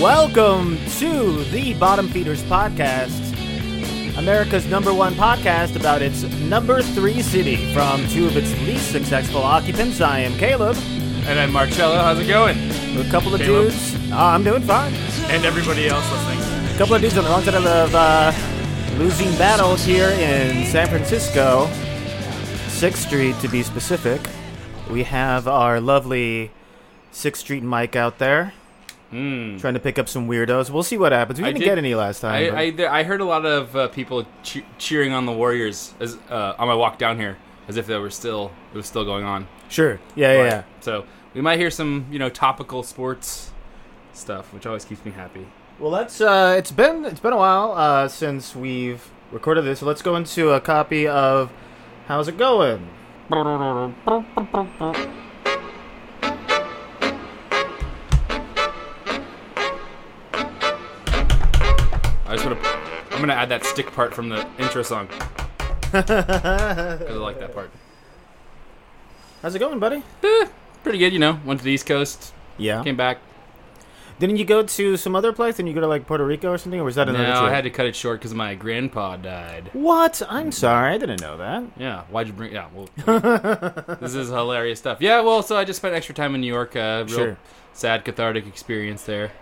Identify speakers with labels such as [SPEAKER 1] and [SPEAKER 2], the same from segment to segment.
[SPEAKER 1] Welcome to the Bottom Feeders Podcast, America's number one podcast about its number three city from two of its least successful occupants. I am Caleb.
[SPEAKER 2] And I'm Marcello. How's it going?
[SPEAKER 1] We're a couple of
[SPEAKER 2] Caleb.
[SPEAKER 1] dudes. Uh, I'm doing fine.
[SPEAKER 2] And everybody else listening.
[SPEAKER 1] A couple of dudes on the wrong side of the uh, losing battle here in San Francisco, 6th Street to be specific. We have our lovely 6th Street Mike out there. Trying to pick up some weirdos. We'll see what happens. We
[SPEAKER 2] Hmm. I
[SPEAKER 1] didn't
[SPEAKER 2] did-
[SPEAKER 1] get any last time.
[SPEAKER 2] I,
[SPEAKER 1] but-
[SPEAKER 2] I, there, I heard a lot of uh, people che- cheering on the Warriors as uh, on my walk down here, as if they were still it was still going on.
[SPEAKER 1] sure. Yeah, yeah, yeah.
[SPEAKER 2] So we might hear some you know topical sports stuff, which always keeps me happy.
[SPEAKER 1] Well, let's. Uh, it's been it's been a while uh, since we've recorded this. So let's go into a copy of "How's It Going."
[SPEAKER 2] I just want to. I'm gonna add that stick part from the intro song because I like that part.
[SPEAKER 1] How's it going, buddy?
[SPEAKER 2] Pretty good, you know. Went to the East Coast,
[SPEAKER 1] Yeah.
[SPEAKER 2] came back.
[SPEAKER 1] Didn't you go to some other place? Didn't you go to like Puerto Rico or something, or was that
[SPEAKER 2] No,
[SPEAKER 1] another?
[SPEAKER 2] I
[SPEAKER 1] trip?
[SPEAKER 2] had to cut it short because my grandpa died.
[SPEAKER 1] What? I'm sorry, I didn't know that.
[SPEAKER 2] Yeah, why'd you bring? Yeah, well, this is hilarious stuff. Yeah, well, so I just spent extra time in New York. Uh, real
[SPEAKER 1] Sure.
[SPEAKER 2] sad, cathartic experience there.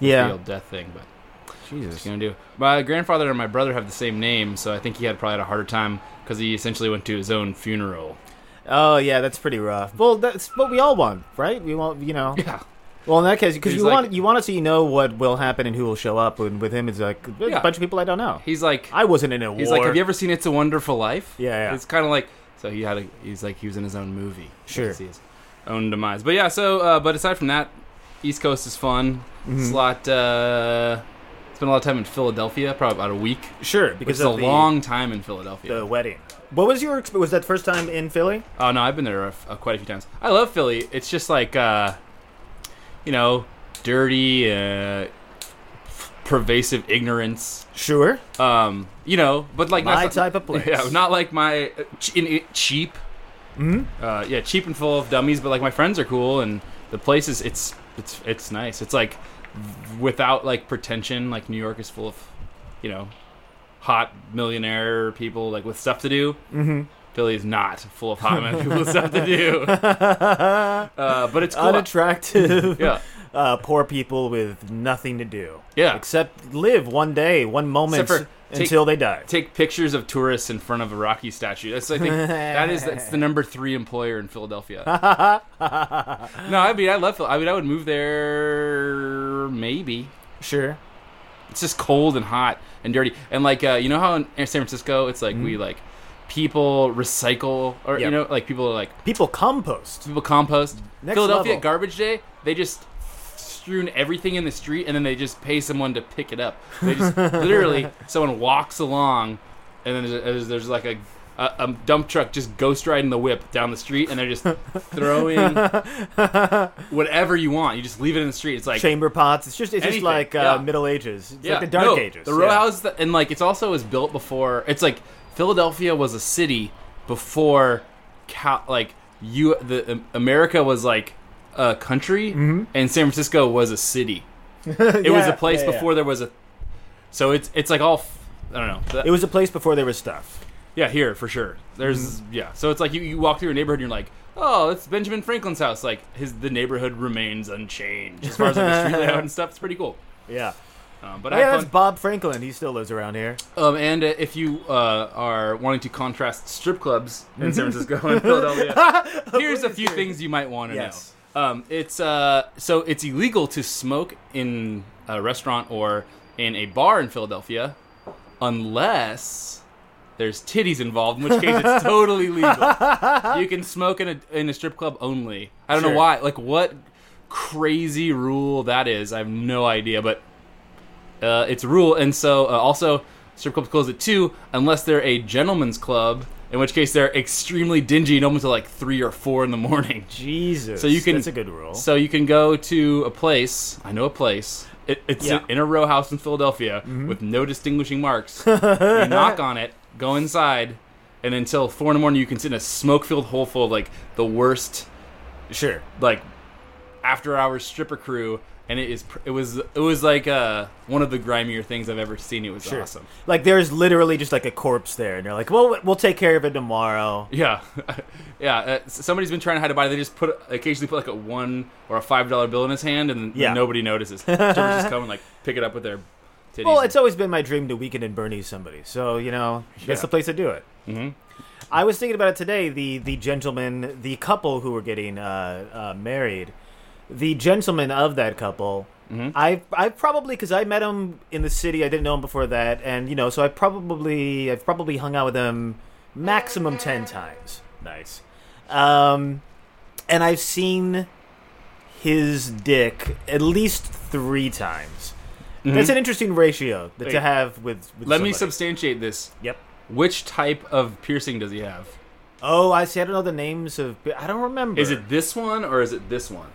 [SPEAKER 2] The
[SPEAKER 1] Yeah.
[SPEAKER 2] old death thing, but
[SPEAKER 1] Jesus.
[SPEAKER 2] you know, do. My grandfather and my brother have the same name, so I think he had probably had a harder time because he essentially went to his own funeral.
[SPEAKER 1] Oh yeah, that's pretty rough. Well, that's what we all want, right? We want, you know.
[SPEAKER 2] Yeah,
[SPEAKER 1] Well, in that case, because
[SPEAKER 2] He's
[SPEAKER 1] you
[SPEAKER 2] like-
[SPEAKER 1] want you want it so you know what will happen and who will show up. And with him, it's like there's
[SPEAKER 2] Yeah.
[SPEAKER 1] a bunch of people I don't know.
[SPEAKER 2] he's like,
[SPEAKER 1] I wasn't in a war.
[SPEAKER 2] he's like, have you ever seen It's a Wonderful Life?
[SPEAKER 1] Yeah, yeah.
[SPEAKER 2] It's kind of like so he had a he's like he was in his own movie. You
[SPEAKER 1] Sure.
[SPEAKER 2] can see his own demise. But yeah, so uh, but aside from that, East Coast is fun.
[SPEAKER 1] Mm-hmm.
[SPEAKER 2] It's a lot. Uh, spent a lot of time in Philadelphia, probably about a week.
[SPEAKER 1] Sure,
[SPEAKER 2] Which
[SPEAKER 1] because
[SPEAKER 2] is a
[SPEAKER 1] of the,
[SPEAKER 2] long time in Philadelphia.
[SPEAKER 1] the wedding. What was your exp- was that first time in Philly?
[SPEAKER 2] oh no, I've been there a f- uh, quite a few times. I love Philly. It's just like uh, you know, dirty, uh, pervasive ignorance.
[SPEAKER 1] Sure.
[SPEAKER 2] Um, you know, but like
[SPEAKER 1] My
[SPEAKER 2] not,
[SPEAKER 1] type of place.
[SPEAKER 2] Yeah, not like my uh, ch- in, in- cheap. Mm-hmm. Uh, yeah, cheap and full of dummies. But like my friends are cool, and the place is it's it's it's nice. It's like without like pretension. Like New York is full of, you know, hot millionaire people like with stuff to do. Mm-hmm. Philly is not full of hot men people with stuff to do. Uh, but it's cool.
[SPEAKER 1] Unattractive.
[SPEAKER 2] yeah,
[SPEAKER 1] Uh, poor people with nothing to do.
[SPEAKER 2] Yeah.
[SPEAKER 1] Except live one day, one moment
[SPEAKER 2] Except for take-
[SPEAKER 1] until they die.
[SPEAKER 2] take pictures of tourists in front of a Rocky statue. That's I think that is that's the number three employer in Philadelphia. no, I mean I love. Phil- I mean I would move there maybe.
[SPEAKER 1] sure.
[SPEAKER 2] It's just cold and hot and dirty and like uh, you know how in San Francisco it's like we like people recycle or you
[SPEAKER 1] Yep.
[SPEAKER 2] know like people are like
[SPEAKER 1] People compost.
[SPEAKER 2] people compost.
[SPEAKER 1] Next
[SPEAKER 2] Philadelphia
[SPEAKER 1] level.
[SPEAKER 2] garbage day they just strewn everything in the street and then they just pay someone to pick it up. They just literally someone walks along and then there's, there's, there's like a, a a dump truck just ghost riding the whip down the street and they're just throwing whatever you want. You just leave it in the street. It's like
[SPEAKER 1] Chamber pots. It's just it's
[SPEAKER 2] Anything,
[SPEAKER 1] just like uh,
[SPEAKER 2] yeah.
[SPEAKER 1] Middle Ages. It's
[SPEAKER 2] yeah,
[SPEAKER 1] like the Dark
[SPEAKER 2] no,
[SPEAKER 1] Ages.
[SPEAKER 2] The row
[SPEAKER 1] yeah.
[SPEAKER 2] houses that, and like it's also was built before. It's like Philadelphia was a city before, Cal, like you the um, America was like a country, and San Francisco was a city. It was
[SPEAKER 1] Mm-hmm. Yeah,
[SPEAKER 2] a place
[SPEAKER 1] yeah, yeah.
[SPEAKER 2] before there was a. So it's it's like all f- I don't know.
[SPEAKER 1] It was a place before there was stuff.
[SPEAKER 2] Yeah, here for sure. There's
[SPEAKER 1] Mm-hmm.
[SPEAKER 2] yeah. So it's like you, you walk through a neighborhood and you're like, oh, it's Benjamin Franklin's house. Like his the neighborhood remains unchanged as far as like, the street layout and stuff. It's pretty cool.
[SPEAKER 1] Yeah.
[SPEAKER 2] Um, but I
[SPEAKER 1] Yeah,
[SPEAKER 2] had
[SPEAKER 1] that's
[SPEAKER 2] fun.
[SPEAKER 1] Bob Franklin. He still lives around here.
[SPEAKER 2] Um, and uh, if you uh, are wanting to contrast strip clubs in San Francisco and Philadelphia, here's a few things you might want to
[SPEAKER 1] Yes.
[SPEAKER 2] know. Um, it's uh, so it's illegal to smoke in a restaurant or in a bar in Philadelphia, unless there's titties involved, in which case it's totally legal. you can smoke in a in a strip club only. I don't
[SPEAKER 1] Sure.
[SPEAKER 2] know why. Like what crazy rule that is. I have no idea, but uh, it's a rule. And so uh, also strip clubs close at two unless they're a gentleman's club, in which case they're extremely dingy and open till like three or four in the morning.
[SPEAKER 1] Jesus.
[SPEAKER 2] So you can
[SPEAKER 1] That's a good rule.
[SPEAKER 2] So you can go to a place. I know a place. It, it's Mm-hmm.
[SPEAKER 1] Yeah.
[SPEAKER 2] in a row house in Philadelphia with no distinguishing marks. you knock on it, go inside, and until four in the morning, you can sit in a smoke-filled hole full of like the worst
[SPEAKER 1] sure.
[SPEAKER 2] like after hours stripper crew, and it is pr- it was it was like uh, one of the grimier things I've ever seen. It was
[SPEAKER 1] Sure.
[SPEAKER 2] awesome.
[SPEAKER 1] Like there's literally just like a corpse there, and they're like, "Well, we'll take care of it tomorrow."
[SPEAKER 2] Yeah, yeah. Uh, s- somebody's been trying to hide a body. They just put occasionally put like a one or a five dollar bill in his hand, and
[SPEAKER 1] Yeah.
[SPEAKER 2] nobody notices. Strippers just come and like pick it up with their titties.
[SPEAKER 1] Well, it's always been my dream to weekend and Bernie's somebody, so you know that's
[SPEAKER 2] Yeah.
[SPEAKER 1] the place to do it.
[SPEAKER 2] Mhm.
[SPEAKER 1] I was thinking about it today. The the gentleman, the couple who were getting uh, uh, married, the gentleman of that couple. I I probably because I met him in the city. I didn't know him before that, and you know, so I probably I've probably hung out with him maximum ten times. Nice. Um, and I've seen his dick at least three times. That's an interesting ratio that to
[SPEAKER 2] Mm-hmm. Wait.
[SPEAKER 1] have with. with
[SPEAKER 2] Let
[SPEAKER 1] somebody.
[SPEAKER 2] me substantiate this.
[SPEAKER 1] Yep.
[SPEAKER 2] Which type of piercing does he have?
[SPEAKER 1] Oh, I see. I don't know the names of. I don't remember.
[SPEAKER 2] Is it this one or is it this one?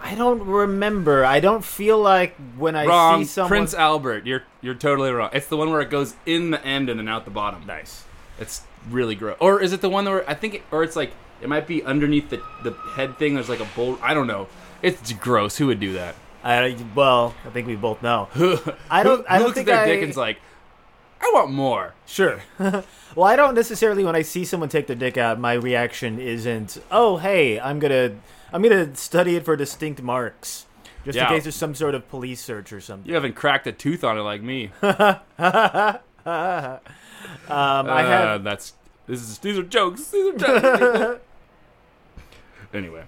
[SPEAKER 1] I don't remember. I don't feel like when I
[SPEAKER 2] wrong.
[SPEAKER 1] see someone.
[SPEAKER 2] Prince Albert. You're you're totally wrong. It's the one where it goes in the end and then out the bottom.
[SPEAKER 1] nice.
[SPEAKER 2] It's really gross. Or is it the one where I think, it, or it's like it might be underneath the the head thing. There's like a bowl. I don't know. It's gross. Who would do that?
[SPEAKER 1] I well, I think we both know. I
[SPEAKER 2] Who-
[SPEAKER 1] don't.
[SPEAKER 2] Who,
[SPEAKER 1] I don't
[SPEAKER 2] looks
[SPEAKER 1] think
[SPEAKER 2] at their
[SPEAKER 1] I,
[SPEAKER 2] dick and's like, I want more.
[SPEAKER 1] Sure. well, I don't necessarily when I see someone take their dick out, my reaction isn't, "Oh, hey, I'm gonna, I'm gonna study it for distinct marks." Just
[SPEAKER 2] Yeah.
[SPEAKER 1] in case there's some sort of police search or something.
[SPEAKER 2] You haven't cracked a tooth on it like me.
[SPEAKER 1] Um, I have.
[SPEAKER 2] Uh, that's this is these are jokes. These are jokes. anyway,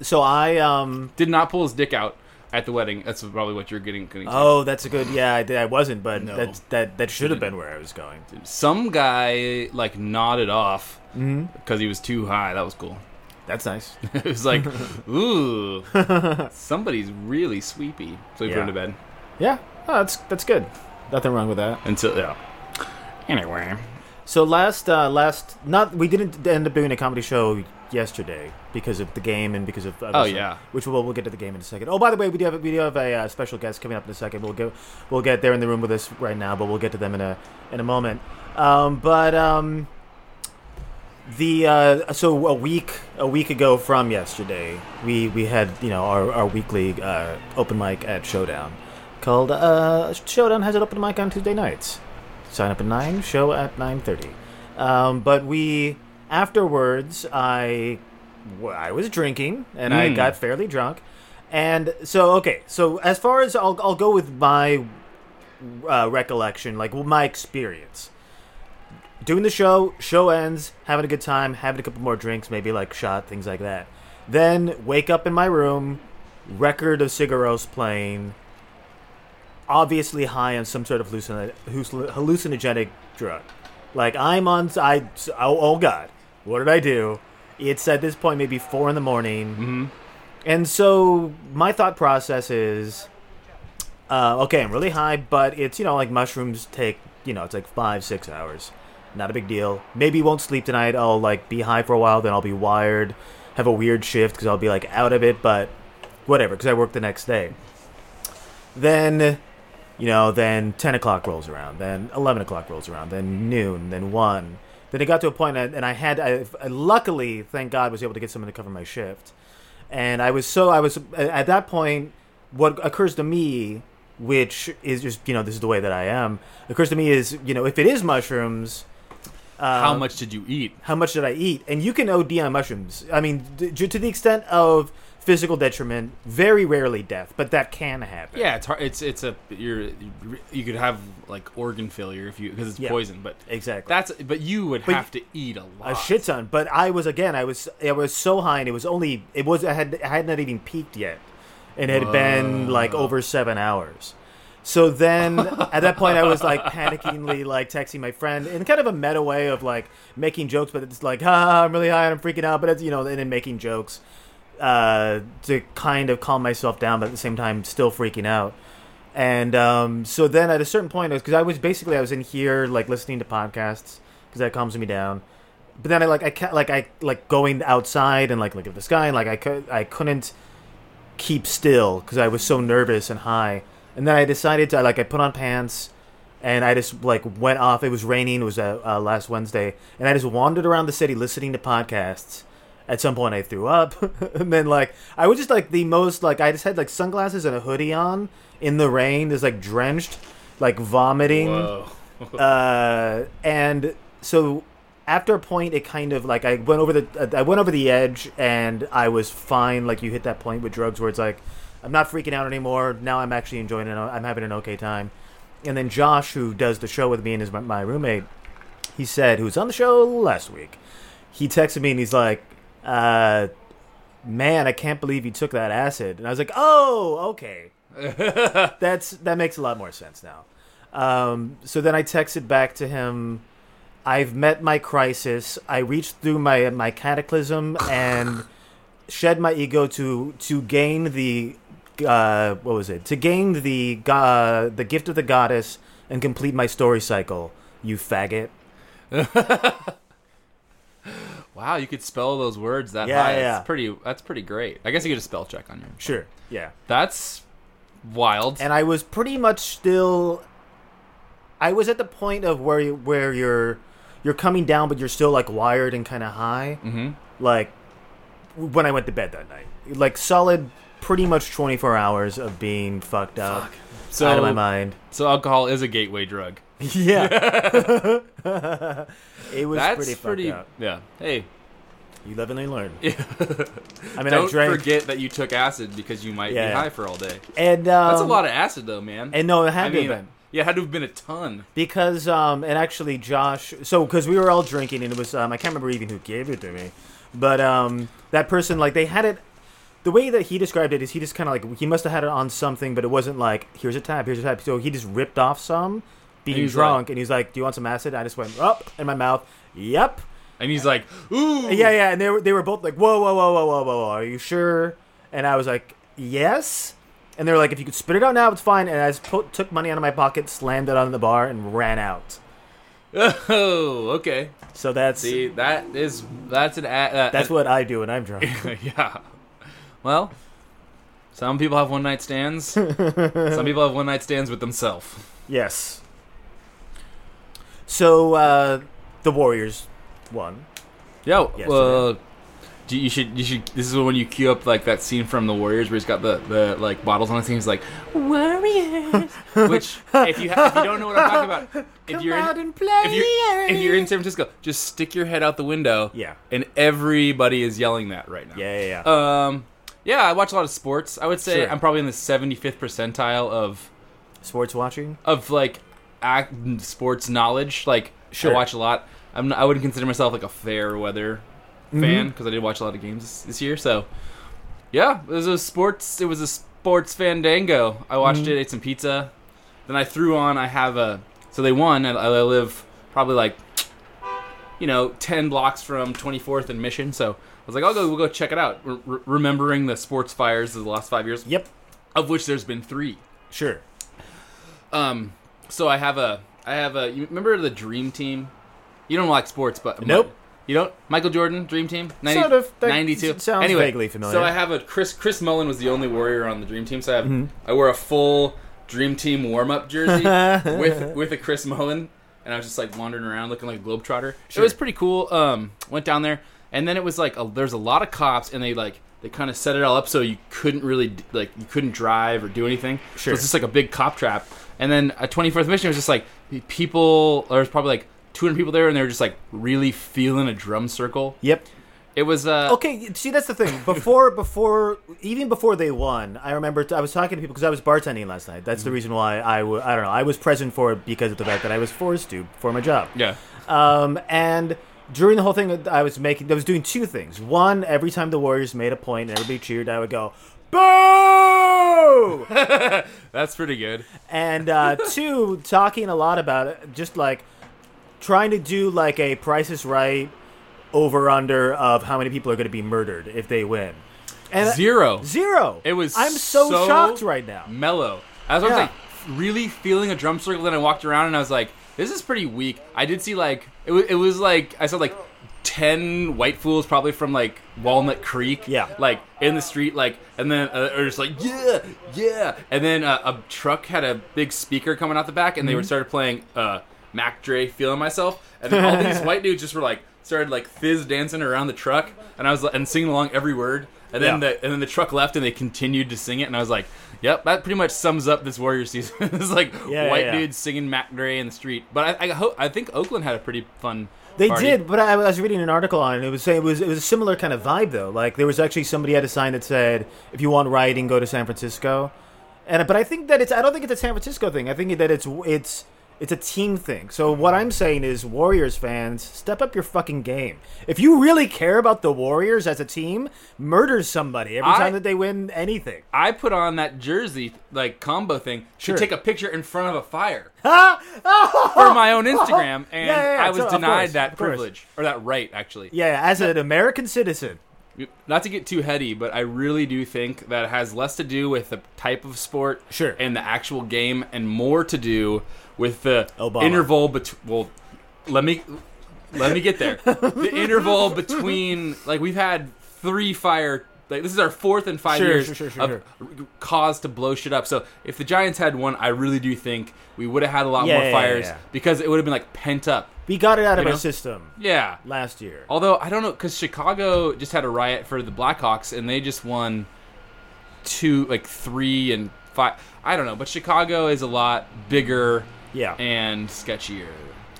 [SPEAKER 1] So I um.
[SPEAKER 2] did not pull his dick out at the wedding. That's probably what you're getting. getting to.
[SPEAKER 1] Oh, that's a good. Yeah, I, did, I wasn't, but
[SPEAKER 2] No.
[SPEAKER 1] that that that should have been where I was going.
[SPEAKER 2] Some guy like nodded off because
[SPEAKER 1] Mm-hmm.
[SPEAKER 2] he was too high. That was cool.
[SPEAKER 1] That's nice.
[SPEAKER 2] it was like, ooh, somebody's really sweepy. So he put
[SPEAKER 1] Yeah.
[SPEAKER 2] him to bed
[SPEAKER 1] yeah. Oh, that's that's good. Nothing wrong with that.
[SPEAKER 2] until yeah. Anyway,
[SPEAKER 1] So last uh, last not we didn't end up doing a comedy show yesterday because of the game and because of other
[SPEAKER 2] Oh,
[SPEAKER 1] stuff,
[SPEAKER 2] yeah.
[SPEAKER 1] which we'll we'll get to the game in a second. Oh by the way, we do have we do have a uh, special guest coming up in a second. We'll go we'll get they're in the room with us right now, but we'll get to them in a in a moment. Um, but um, the uh, so a week a week ago from yesterday, we we had you know our our weekly uh, open mic at Showdown called uh, Showdown has an open mic on Tuesday nights sign up at 9 show at 9.30 um, but we afterwards i w- i was drinking and i
[SPEAKER 2] Mm.
[SPEAKER 1] got fairly drunk and so okay so as far as i'll, I'll go with my uh, recollection like well, my experience doing the show show ends having a good time having a couple more drinks maybe like shot things like that then wake up in my room record of cigaros playing obviously high on some sort of hallucin- hallucin- hallucinogenic drug. Like I'm on, I oh, oh god, what did I do? It's at this point maybe four in the morning, and so my thought process is, uh, okay, I'm really high, but it's you know like mushrooms take you know it's like five six hours, not a big deal. Maybe won't sleep tonight. I'll like be high for a while, then I'll be wired, have a weird shift because I'll be like out of it, but whatever because I work the next day then you know then 10 o'clock rolls around then 11 o'clock rolls around then noon then 1 then it got to a point and and i had I, I luckily thank god was able to get someone to cover my shift and i was so i was at that point what occurs to me which is just you know this is the way that i am occurs to me is you know if it is mushrooms Uh,
[SPEAKER 2] how much did you eat?
[SPEAKER 1] how much did I eat? And you can OD on mushrooms. I mean, d- to the extent of physical detriment, very rarely death, but that can happen.
[SPEAKER 2] Yeah, it's hard. It's it's a you're you could have like organ failure if you because it's
[SPEAKER 1] Yeah.
[SPEAKER 2] poison, but
[SPEAKER 1] Exactly.
[SPEAKER 2] that's but you would have to eat a lot.
[SPEAKER 1] a shit ton. But I was again, I was I was so high, and it was only it was I had I had not even peaked yet, and it had been like over seven hours. So then at that point, I was like panickingly like texting my friend in kind of a meta way of like making jokes, but it's like, ah, I'm really high and I'm freaking out, but it's you know, and then making jokes uh, to kind of calm myself down, but at the same time, still freaking out. And um, so then at a certain point, because I was basically I was in here like listening to podcasts because that calms me down. But then I like I ca- like I like going outside and like looking at the sky and like I could I couldn't keep still because I was so nervous and high. And then I decided to like I put on pants and I just like went off. It was raining. It was uh, uh, last Wednesday, and I just wandered around the city listening to podcasts. At some point, I threw up, and then like I was just like the most like I just had like sunglasses and a hoodie on in the rain, just like drenched, like vomiting
[SPEAKER 2] Whoa.
[SPEAKER 1] uh, and so after a point it kind of like i went over the uh, i went over the edge and i was fine like you hit that point with drugs where it's like i'm not freaking out anymore now i'm actually enjoying it i'm having an okay time and then josh who does the show with me and is my, my roommate he said who's on the show last week he texted me and he's like uh, man i can't believe you took that acid and i was like oh okay that's that makes a lot more sense now. Um, so then I texted back to him. I've met my crisis. I reached through my my cataclysm and shed my ego to to gain the uh, what was it? To gain the uh, the gift of the goddess and complete my story cycle. You faggot.
[SPEAKER 2] Wow, you could spell those words that
[SPEAKER 1] Yeah,
[SPEAKER 2] high.
[SPEAKER 1] yeah.
[SPEAKER 2] That's pretty. That's pretty great. I guess you could just spell check on your.
[SPEAKER 1] Sure. Yeah.
[SPEAKER 2] That's wild.
[SPEAKER 1] and I was pretty much still. I was at the point of where you, where you're you're coming down, but you're still like wired and kind of high. Mm-hmm. Like when I went to bed that night, like solid, pretty much 24 hours of being fucked up,
[SPEAKER 2] so,
[SPEAKER 1] out of my mind.
[SPEAKER 2] so alcohol is a gateway drug.
[SPEAKER 1] yeah, it was
[SPEAKER 2] That's
[SPEAKER 1] pretty
[SPEAKER 2] pretty.
[SPEAKER 1] fucked up.
[SPEAKER 2] yeah. Hey,
[SPEAKER 1] You live and you learn. I mean, I
[SPEAKER 2] don't
[SPEAKER 1] drank
[SPEAKER 2] forget that you took acid because you might
[SPEAKER 1] Yeah.
[SPEAKER 2] be high for all day.
[SPEAKER 1] and um,
[SPEAKER 2] That's a lot of acid, though, man.
[SPEAKER 1] And no, it had
[SPEAKER 2] I
[SPEAKER 1] to have
[SPEAKER 2] mean,
[SPEAKER 1] been.
[SPEAKER 2] yeah, it had to have been a ton.
[SPEAKER 1] because um and actually josh so because we were all drinking and it was um i can't remember even who gave it to me but um that person like they had it the way that he described it is he just kind of like he must have had it on something but it wasn't like here's a tab here's a tab so he just ripped off some being
[SPEAKER 2] He was
[SPEAKER 1] drunk
[SPEAKER 2] like-
[SPEAKER 1] and he's like do you want some acid i just went up in my mouth yep
[SPEAKER 2] And he's like, ooh,
[SPEAKER 1] yeah yeah and they were they were both like whoa whoa whoa whoa whoa whoa whoa, are you sure and i was like yes and they were like if you could spit it out now it's fine and i just put, took money out of my pocket slammed it on the bar and ran out
[SPEAKER 2] Oh, okay.
[SPEAKER 1] so that's
[SPEAKER 2] See, that is that's an a- uh,
[SPEAKER 1] That's what I do when I'm drunk.
[SPEAKER 2] yeah. Well, some people have one night stands. some people have one night stands with themselves.
[SPEAKER 1] yes. So uh, the Warriors won.
[SPEAKER 2] Yeah.
[SPEAKER 1] Yes,
[SPEAKER 2] Well, uh, do, you should you should. This is when you queue up like that scene from The Warriors where he's got the, the like bottles on his thing. He's like Warriors. Which if you ha- if you don't know what I'm talking about, if
[SPEAKER 1] Come
[SPEAKER 2] you're
[SPEAKER 1] out
[SPEAKER 2] in,
[SPEAKER 1] and play.
[SPEAKER 2] if you're if you're in San Francisco, just stick your head out the window.
[SPEAKER 1] Yeah.
[SPEAKER 2] And everybody is yelling that right now.
[SPEAKER 1] yeah, yeah, yeah.
[SPEAKER 2] Um, yeah, I watch a lot of sports. I would say
[SPEAKER 1] Sure.
[SPEAKER 2] I'm probably in the 75th percentile of
[SPEAKER 1] Sports watching.
[SPEAKER 2] of like act, sports knowledge. Like,
[SPEAKER 1] Sure.
[SPEAKER 2] I watch a lot. I'm not, I wouldn't consider myself like a fair weather fan because I did watch a lot of games this, this year. So, yeah, it was a sports. It was a sports fandango. I watched it. Ate some pizza. Then I threw on. I have a. So they won. and I, I live probably like, you know, ten blocks from 24th and Mission. So I was like, I'll go. We'll go check it out. Re- re- remembering the sports fires of the last five years,
[SPEAKER 1] Yep.
[SPEAKER 2] of which there's been three.
[SPEAKER 1] Sure.
[SPEAKER 2] Um, so I have a, I have a. You remember the Dream Team? You don't like sports, but
[SPEAKER 1] Nope.
[SPEAKER 2] You don't. Michael Jordan, Dream Team,
[SPEAKER 1] Sort of. That
[SPEAKER 2] ninety-two.
[SPEAKER 1] s- sounds
[SPEAKER 2] anyway,
[SPEAKER 1] vaguely familiar.
[SPEAKER 2] So I have a Chris. Chris Mullen was the only Warrior on the Dream Team, so I have.
[SPEAKER 1] Mm-hmm.
[SPEAKER 2] I wear a full Dream Team warm-up jersey with with a Chris Mullen, and I was just like wandering around looking like a globetrotter. It was pretty cool. Um, went down there, and then it was like a, there's a lot of cops, and they like they kind of set it all up so you couldn't really d- like you couldn't drive or do anything. So
[SPEAKER 1] Sure.
[SPEAKER 2] it's just like a big cop trap. And then a 24th mission was just like people. There was probably like 200 people there, and they were just like really feeling a drum circle.
[SPEAKER 1] Yep.
[SPEAKER 2] It was uh,
[SPEAKER 1] Okay, see that's the thing. Before, before, even before they won, I remember t- I was talking to people because I was bartending last night. That's the
[SPEAKER 2] Mm-hmm.
[SPEAKER 1] reason why I w- I don't know. I was present for it because of the fact that I was forced to for my job.
[SPEAKER 2] yeah.
[SPEAKER 1] Um, and during the whole thing, I was making, I was doing two things. One, every time the Warriors made a point and everybody cheered, I would go, "Boo!"
[SPEAKER 2] That's pretty good.
[SPEAKER 1] and uh, two, talking a lot about it, just like trying to do like a Price is Right over under of how many people are going to be murdered if they win. And
[SPEAKER 2] Zero.
[SPEAKER 1] Zero.
[SPEAKER 2] It was.
[SPEAKER 1] I'm so,
[SPEAKER 2] so
[SPEAKER 1] shocked right now.
[SPEAKER 2] Mellow. As I was
[SPEAKER 1] Yeah.
[SPEAKER 2] like really feeling a drum circle. Then I walked around and I was like, this is pretty weak. I did see like it was. It was like I saw like ten white fools probably from like Walnut Creek.
[SPEAKER 1] Yeah.
[SPEAKER 2] Like in the street, like and then uh, are just like yeah, yeah, and then uh, a truck had a big speaker
[SPEAKER 1] Mm-hmm.
[SPEAKER 2] coming out the back, and they were started playing uh, Mac Dre, feeling myself, and then all these white dudes just were like started like fizz dancing around the truck, and I was like, and singing along every word. And then
[SPEAKER 1] Yeah.
[SPEAKER 2] the and then the truck left, and they continued to sing it, and I was like, "Yep, that pretty much sums up this Warrior season." it's like
[SPEAKER 1] Yeah,
[SPEAKER 2] white
[SPEAKER 1] yeah, yeah.
[SPEAKER 2] dudes singing Mac Gray in the street. But I I, hope, I think Oakland had a pretty fun.
[SPEAKER 1] They
[SPEAKER 2] party.
[SPEAKER 1] did, but I was reading an article on it. And it was saying it was it was a similar kind of vibe though. Like there was actually somebody had a sign that said, "If you want rioting, go to San Francisco." And but I think that it's I don't think it's a San Francisco thing. I think that it's it's it's a team thing. So what I'm saying is, Warriors fans, step up your fucking game. If you really care about the Warriors as a team, murder somebody every
[SPEAKER 2] I-
[SPEAKER 1] time that they win anything.
[SPEAKER 2] I put on that jersey like combo thing
[SPEAKER 1] Sure.
[SPEAKER 2] to take a picture in front of a fire
[SPEAKER 1] Ah!
[SPEAKER 2] for my own Instagram, and
[SPEAKER 1] Yeah, yeah, yeah,
[SPEAKER 2] I was
[SPEAKER 1] so- of
[SPEAKER 2] denied
[SPEAKER 1] course,
[SPEAKER 2] that
[SPEAKER 1] of course.
[SPEAKER 2] privilege or that right actually.
[SPEAKER 1] Yeah, yeah, as an American citizen.
[SPEAKER 2] Not to get too heady, but I really do think that it has less to do with the type of sport
[SPEAKER 1] Sure.
[SPEAKER 2] and the actual game, and more to do with the
[SPEAKER 1] Obama.
[SPEAKER 2] interval between. Well, let me let me get there. the interval between like we've had three fire. Like this is our fourth and five
[SPEAKER 1] Sure,
[SPEAKER 2] years
[SPEAKER 1] sure, sure, sure,
[SPEAKER 2] of
[SPEAKER 1] sure.
[SPEAKER 2] r- cause to blow shit up. So if the Giants had one, I really do think we would have had a lot
[SPEAKER 1] Yeah,
[SPEAKER 2] more
[SPEAKER 1] yeah, yeah,
[SPEAKER 2] fires
[SPEAKER 1] yeah.
[SPEAKER 2] because it would have been like pent up.
[SPEAKER 1] We got it out of
[SPEAKER 2] You
[SPEAKER 1] our
[SPEAKER 2] know? Oh,
[SPEAKER 1] system
[SPEAKER 2] Yeah.
[SPEAKER 1] last year.
[SPEAKER 2] Although I don't know, because Chicago just had a riot for the Blackhawks, and they just won two, like three and five. I don't know, but Chicago is a lot bigger
[SPEAKER 1] Yeah.
[SPEAKER 2] and sketchier.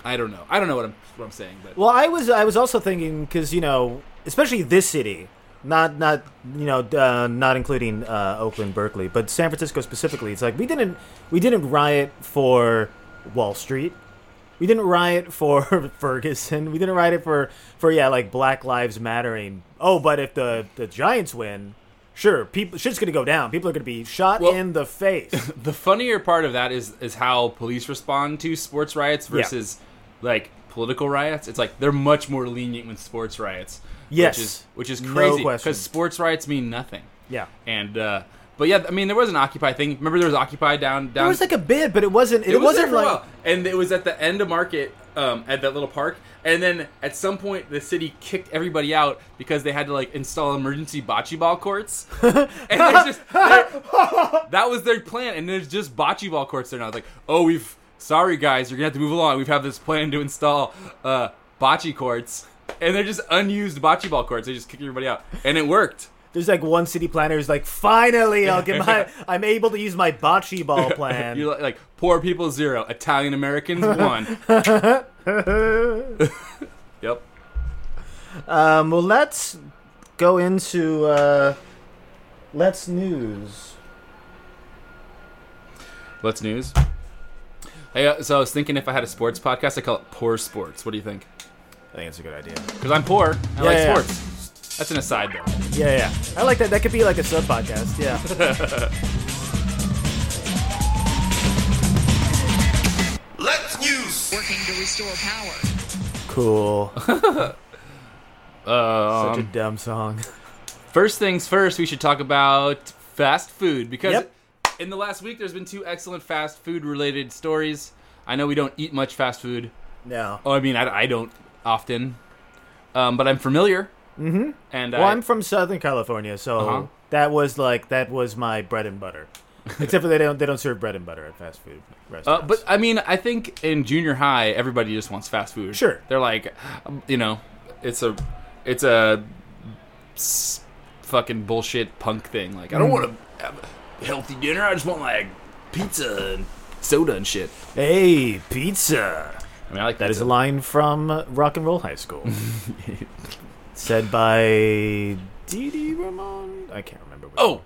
[SPEAKER 2] I don't know. I don't know what I'm what I'm saying, but
[SPEAKER 1] Well, I was I was also thinking because you know, especially this city, not not you know, uh, not including uh, Oakland, Berkeley, but San Francisco specifically. It's like we didn't we didn't riot for Wall Street. We didn't riot for Ferguson. We didn't riot for for yeah, like Black Lives Mattering. Oh, but if the the Giants win, sure, people shit's gonna go down. People are gonna be shot
[SPEAKER 2] Well-
[SPEAKER 1] in the face.
[SPEAKER 2] the funnier part of that is is how police respond to sports riots versus like political riots. It's like they're much more lenient with sports riots.
[SPEAKER 1] Yes.
[SPEAKER 2] which is which is
[SPEAKER 1] No
[SPEAKER 2] crazy
[SPEAKER 1] question.
[SPEAKER 2] because sports riots mean nothing.
[SPEAKER 1] yeah.
[SPEAKER 2] And uh but yeah, I mean there was an Occupy thing. Remember there was Occupy down down.
[SPEAKER 1] There was like a bid, but it wasn't. It,
[SPEAKER 2] it, was there
[SPEAKER 1] wasn't
[SPEAKER 2] for a
[SPEAKER 1] like
[SPEAKER 2] while. And it was at the end of market um, at that little park. And then at some point the city kicked everybody out because they had to like install emergency bocce ball courts. and there's just there- that was their plan. And there's just bocce ball courts there now. It's like, oh, we've sorry guys, you're gonna have to move along. We've had this plan to install uh, bocce courts, and they're just unused bocce ball courts. They just kicked everybody out, and it worked.
[SPEAKER 1] There's like one city planner who's like, finally, I'll get my, I'm able to use my bocce ball plan.
[SPEAKER 2] You're like, like poor people zero, Italian Americans one. yep.
[SPEAKER 1] um, well, let's go into uh, let's news.
[SPEAKER 2] Let's news. Hey, uh, so I was thinking if I had a sports podcast, I call it Poor Sports. What do you think?
[SPEAKER 1] I think it's a good idea.
[SPEAKER 2] Because I'm poor. and I like
[SPEAKER 1] Yeah, yeah.
[SPEAKER 2] sports. That's an aside though.
[SPEAKER 1] Yeah, yeah. I like that. That could be like a sub podcast. Yeah.
[SPEAKER 3] Let's use.
[SPEAKER 4] working to restore power.
[SPEAKER 1] cool.
[SPEAKER 2] Uh,
[SPEAKER 1] Such a dumb song.
[SPEAKER 2] first things first, we should talk about fast food because
[SPEAKER 1] Yep.
[SPEAKER 2] in the last week there's been two excellent fast food related stories. I know we don't eat much fast food.
[SPEAKER 1] No.
[SPEAKER 2] Oh, I mean, I, I don't often, um, but I'm familiar. Mm-hmm. And
[SPEAKER 1] Well,
[SPEAKER 2] I,
[SPEAKER 1] I'm from Southern California, so
[SPEAKER 2] Uh-huh.
[SPEAKER 1] that was like that was my bread and butter. Except for they don't they don't serve bread and butter at fast food
[SPEAKER 2] Uh,
[SPEAKER 1] restaurants.
[SPEAKER 2] but I mean, I think in junior high, everybody just wants fast food.
[SPEAKER 1] Sure.
[SPEAKER 2] they're like, um, you know, it's a, it's a, s- fucking bullshit punk thing. Like,
[SPEAKER 1] Mm.
[SPEAKER 2] I don't want to have a healthy dinner. I just want like pizza and soda and shit.
[SPEAKER 1] hey, pizza.
[SPEAKER 2] I mean, I like
[SPEAKER 1] That is a line from Rock and Roll High School, said by Dee Dee Ramon. I can't remember. What
[SPEAKER 2] Oh,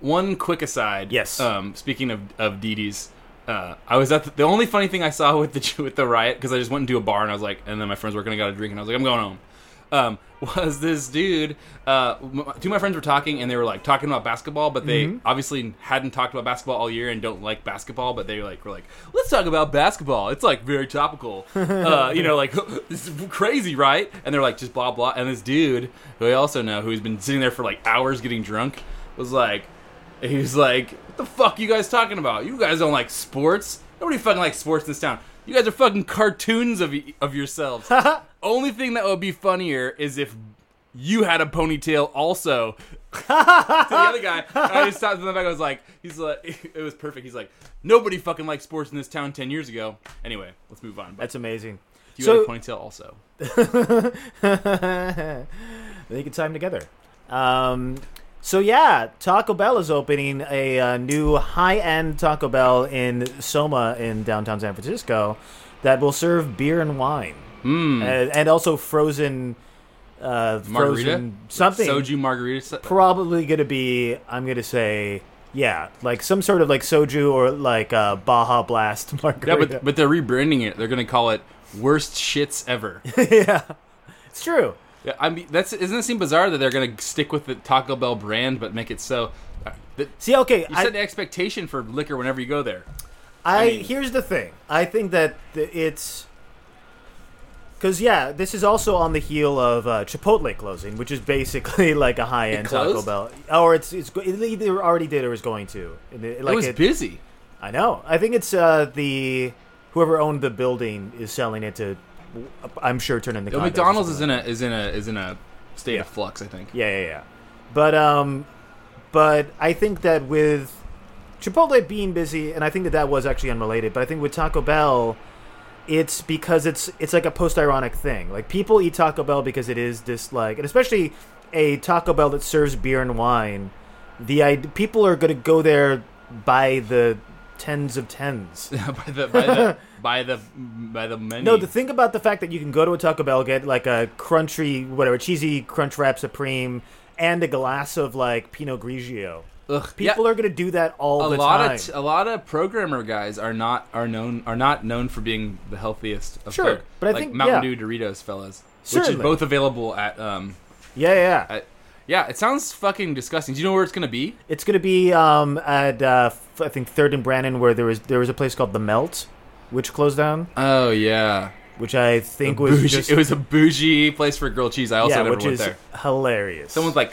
[SPEAKER 2] one quick aside.
[SPEAKER 1] Yes.
[SPEAKER 2] Um, speaking of of DDs, uh, I was at the, the only funny thing I saw with the with the riot because I just went into a bar and I was like, and then my friends were gonna got a drink and I was like, I'm going home. Um, was this dude? Uh, m- two of my friends were talking and they were like talking about basketball, but they obviously hadn't talked about basketball all year and don't like basketball. But they like were like, let's talk about basketball. It's like very topical. uh, you know, like this is crazy, right? And they're like just blah blah. And this dude who I also know who's been sitting there for like hours getting drunk was like, and he was like, "What the fuck you guys talking about? You guys don't like sports. Nobody fucking likes sports in this town. You guys are fucking cartoons of y- of yourselves. Only thing that would be funnier is if you had a ponytail also." to the other guy, I just stopped in the back. I was like, "He's like, it was perfect." He's like, "Nobody fucking liked sports in this town ten years ago." Anyway, let's move on. But
[SPEAKER 1] that's amazing.
[SPEAKER 2] You
[SPEAKER 1] So-
[SPEAKER 2] had a ponytail also.
[SPEAKER 1] they could time together. Um, so yeah, Taco Bell is opening a uh, new high-end Taco Bell in Soma in downtown San Francisco that will serve beer and wine
[SPEAKER 2] Mm.
[SPEAKER 1] and, and also frozen, uh,
[SPEAKER 2] Margarita?
[SPEAKER 1] frozen something.
[SPEAKER 2] Soju margarita. se-
[SPEAKER 1] Probably gonna be. I'm gonna say. Yeah, like some sort of like soju or like uh, Baja Blast
[SPEAKER 2] Yeah,
[SPEAKER 1] margarita.
[SPEAKER 2] but but they're rebranding it. They're gonna call it worst shits ever.
[SPEAKER 1] yeah, it's true.
[SPEAKER 2] Yeah, I mean, that's doesn't it seem bizarre that they're gonna stick with the Taco Bell brand but make it so? Uh, th-
[SPEAKER 1] See, okay,
[SPEAKER 2] you
[SPEAKER 1] I-
[SPEAKER 2] set an expectation for liquor whenever you go there.
[SPEAKER 1] I,
[SPEAKER 2] I mean-
[SPEAKER 1] here's the thing. I think that th- it's because yeah, this is also on the heel of uh, Chipotle closing, which is basically like a high end Taco
[SPEAKER 2] closed?
[SPEAKER 1] Bell, or it's it's go- it either already did or is going to. And it- like
[SPEAKER 2] it was
[SPEAKER 1] it-
[SPEAKER 2] busy.
[SPEAKER 1] I know. I think it's uh, the whoever owned the building is selling it to. I'm sure turn in the.
[SPEAKER 2] The
[SPEAKER 1] condos or
[SPEAKER 2] McDonald's is
[SPEAKER 1] something.
[SPEAKER 2] in a is in a is in a state of flux. I think.
[SPEAKER 1] Yeah, yeah, yeah. But um, but I think that with Chipotle being busy, and I think that that was actually unrelated. But I think with Taco Bell, it's because it's it's like a post-ironic thing. Like people eat Taco Bell because it is this like, and especially a Taco Bell that serves beer and wine. The id- people are going to go there by the tens of tens.
[SPEAKER 2] by the by the by the by the menu.
[SPEAKER 1] No, the thing about the fact that you can go to a Taco Bell, get like a crunchy, whatever, cheesy crunch wrap supreme, and a glass of like Pinot Grigio.
[SPEAKER 2] Ugh, yeah.
[SPEAKER 1] People are gonna do that all
[SPEAKER 2] a
[SPEAKER 1] the
[SPEAKER 2] lot
[SPEAKER 1] time.
[SPEAKER 2] of t- a lot of programmer guys are not are known are not known for being the healthiest. Of
[SPEAKER 1] Sure,
[SPEAKER 2] folk.
[SPEAKER 1] but I
[SPEAKER 2] like
[SPEAKER 1] think-
[SPEAKER 2] Mountain
[SPEAKER 1] yeah.
[SPEAKER 2] Dew Doritos fellas, which
[SPEAKER 1] Certainly.
[SPEAKER 2] is both available at um
[SPEAKER 1] yeah, yeah. yeah.
[SPEAKER 2] at yeah. It sounds fucking disgusting. Do you know where it's gonna be?
[SPEAKER 1] it's gonna be um, at uh, f- I think Third and Brandon, where there was there was a place called the Melt, which closed down,
[SPEAKER 2] Oh yeah,
[SPEAKER 1] which I think was
[SPEAKER 2] Bougie-
[SPEAKER 1] just
[SPEAKER 2] it was a bougie place for grilled cheese. I also
[SPEAKER 1] yeah,
[SPEAKER 2] never
[SPEAKER 1] which
[SPEAKER 2] went
[SPEAKER 1] is
[SPEAKER 2] there.
[SPEAKER 1] hilarious.
[SPEAKER 2] Someone's like,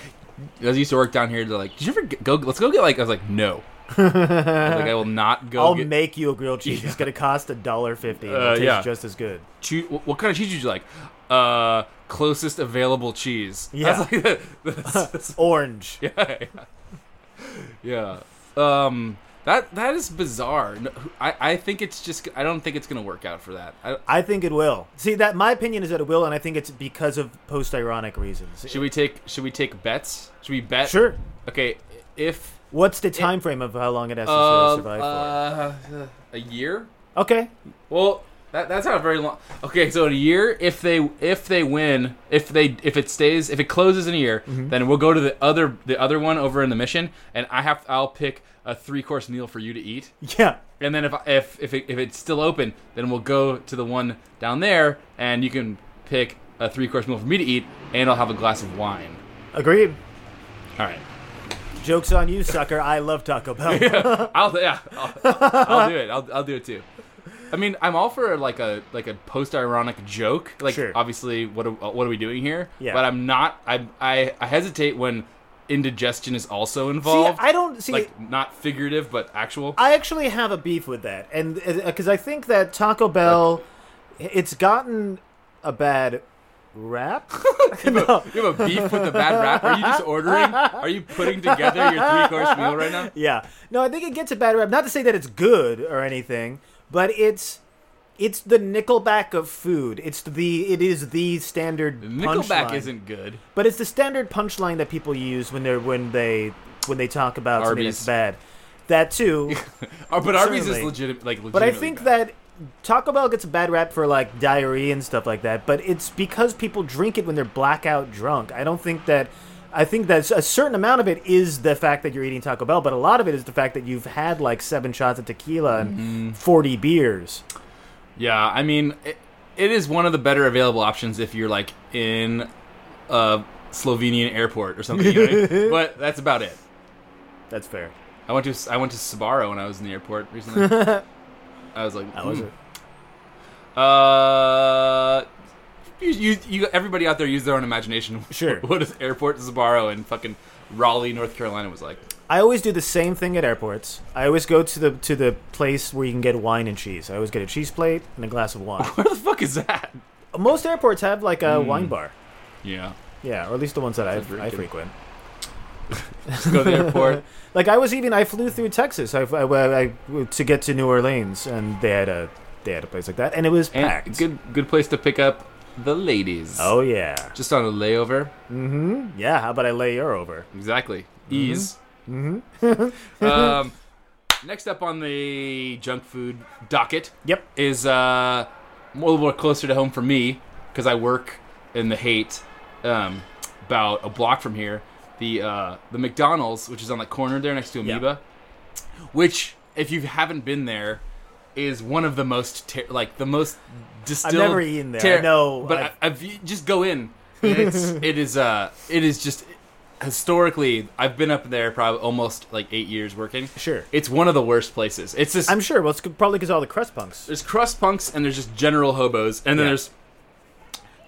[SPEAKER 2] I used to work down here. They're like, did you ever get, go? Let's go get like. I was like, no. I was like I will not go.
[SPEAKER 1] I'll
[SPEAKER 2] get,
[SPEAKER 1] make you a grilled cheese. It's gonna cost a dollar fifty. and
[SPEAKER 2] Uh,
[SPEAKER 1] It'll taste
[SPEAKER 2] yeah.
[SPEAKER 1] just as good.
[SPEAKER 2] choo- wh- what kind of cheese did you like? Uh, closest available cheese. I
[SPEAKER 1] Yeah.
[SPEAKER 2] was like, that's-
[SPEAKER 1] Orange.
[SPEAKER 2] yeah, yeah. Yeah. Um, that that is bizarre. No, I I think it's just I don't think it's gonna work out for that. I,
[SPEAKER 1] I think it will. See that my opinion is that it will, and I think it's because of post-ironic reasons.
[SPEAKER 2] should we take should we take bets? Should we bet?
[SPEAKER 1] Sure.
[SPEAKER 2] Okay. If
[SPEAKER 1] What's the time frame of how long it has to
[SPEAKER 2] uh,
[SPEAKER 1] survive
[SPEAKER 2] uh, a year.
[SPEAKER 1] for? Okay.
[SPEAKER 2] Well, that, that's not very long. Okay, so in a year, if they if they win, if they if it stays, if it closes in a year,
[SPEAKER 1] Mm-hmm.
[SPEAKER 2] then we'll go to the other the other one over in the mission, and I have I'll pick a three course meal for you to eat,
[SPEAKER 1] Yeah.
[SPEAKER 2] and then if if if, it, if it's still open, then we'll go to the one down there, and you can pick a three course meal for me to eat, and I'll have a glass of wine.
[SPEAKER 1] Agreed.
[SPEAKER 2] All right,
[SPEAKER 1] Jokes on you, sucker. I love Taco Bell.
[SPEAKER 2] I'll yeah, I'll, I'll do it. I'll, I'll do it too. I mean, I'm all for like a like a post ironic joke. Like,
[SPEAKER 1] Sure.
[SPEAKER 2] obviously, what are, what are we doing here?
[SPEAKER 1] Yeah.
[SPEAKER 2] But I'm not. I I, I hesitate when indigestion is also
[SPEAKER 1] see,
[SPEAKER 2] involved.
[SPEAKER 1] I don't see.
[SPEAKER 2] like not figurative, but actual.
[SPEAKER 1] I actually have a beef with that, and because I think that Taco Bell, it's gotten a bad rap. no.
[SPEAKER 2] you have a beef with the bad rap? Are you just ordering? Are you putting together your three course meal right now?
[SPEAKER 1] Yeah. No, I think it gets a bad rap. Not to say that it's good or anything, but it's it's the Nickelback of food. It's the it is the standard
[SPEAKER 2] Nickelback
[SPEAKER 1] punchline.
[SPEAKER 2] isn't good.
[SPEAKER 1] But it's the standard punchline that people use when they're when they when they talk about something
[SPEAKER 2] Arby's.
[SPEAKER 1] that's bad. That too.
[SPEAKER 2] Oh, but Arby's is
[SPEAKER 1] Certainly.
[SPEAKER 2] legit. Like,
[SPEAKER 1] But I
[SPEAKER 2] legitimately
[SPEAKER 1] think
[SPEAKER 2] bad.
[SPEAKER 1] that Taco Bell gets a bad rap for like diarrhea and stuff like that, but it's because people drink it when they're blackout drunk. I don't think that I think that a certain amount of it is the fact that you're eating Taco Bell, but a lot of it is the fact that you've had like seven shots of tequila and
[SPEAKER 2] Mm-hmm.
[SPEAKER 1] 40 beers.
[SPEAKER 2] Yeah, I mean, it, it is one of the better available options if you're like in a Slovenian airport or something. You know what I mean? But that's about it.
[SPEAKER 1] That's fair.
[SPEAKER 2] I went to I went to Sabaro when I was in the airport recently. I was like,
[SPEAKER 1] That was
[SPEAKER 2] "Hmm."
[SPEAKER 1] it.
[SPEAKER 2] Uh, you, you, you, everybody out there use their own imagination.
[SPEAKER 1] Sure.
[SPEAKER 2] what is airport Sabaro in fucking Raleigh, North Carolina was like?
[SPEAKER 1] I always do the same thing at airports. I always go to the to the place where you can get wine and cheese. I always get a cheese plate and a glass of wine.
[SPEAKER 2] Where the fuck is that?
[SPEAKER 1] Most airports have like a wine bar.
[SPEAKER 2] Yeah,
[SPEAKER 1] Yeah, or at least the ones that
[SPEAKER 2] Hmm. That's
[SPEAKER 1] I, I
[SPEAKER 2] freaking-
[SPEAKER 1] frequent.
[SPEAKER 2] just go to the airport.
[SPEAKER 1] Like I was even I flew through Texas I, I- I- I- to get to New Orleans and they had a they day at a place like that, and it was
[SPEAKER 2] And
[SPEAKER 1] packed.
[SPEAKER 2] good good place to pick up the ladies.
[SPEAKER 1] Oh yeah,
[SPEAKER 2] Just on a layover.
[SPEAKER 1] yeah. How about I lay her over?
[SPEAKER 2] Exactly. Ease. Mm-hmm. um, next up on the junk food docket
[SPEAKER 1] Yep.
[SPEAKER 2] is uh, a little more closer to home for me because I work in the hate um, about a block from here. The uh, the McDonald's, which is on the corner there next to
[SPEAKER 1] Yeah.
[SPEAKER 2] Amoeba, which if you haven't been there, is one of the most ter- like the most distilled.
[SPEAKER 1] never eaten there. I know
[SPEAKER 2] but
[SPEAKER 1] I've-
[SPEAKER 2] I, I've, you just go in. and It's it is uh it is just historically I've been up there probably almost like eight years working.
[SPEAKER 1] Sure.
[SPEAKER 2] it's one of the worst places. It's this
[SPEAKER 1] I'm sure. Well, it's probably because all the crust punks.
[SPEAKER 2] there's crust punks and there's just general hobos and then
[SPEAKER 1] Yeah.
[SPEAKER 2] there's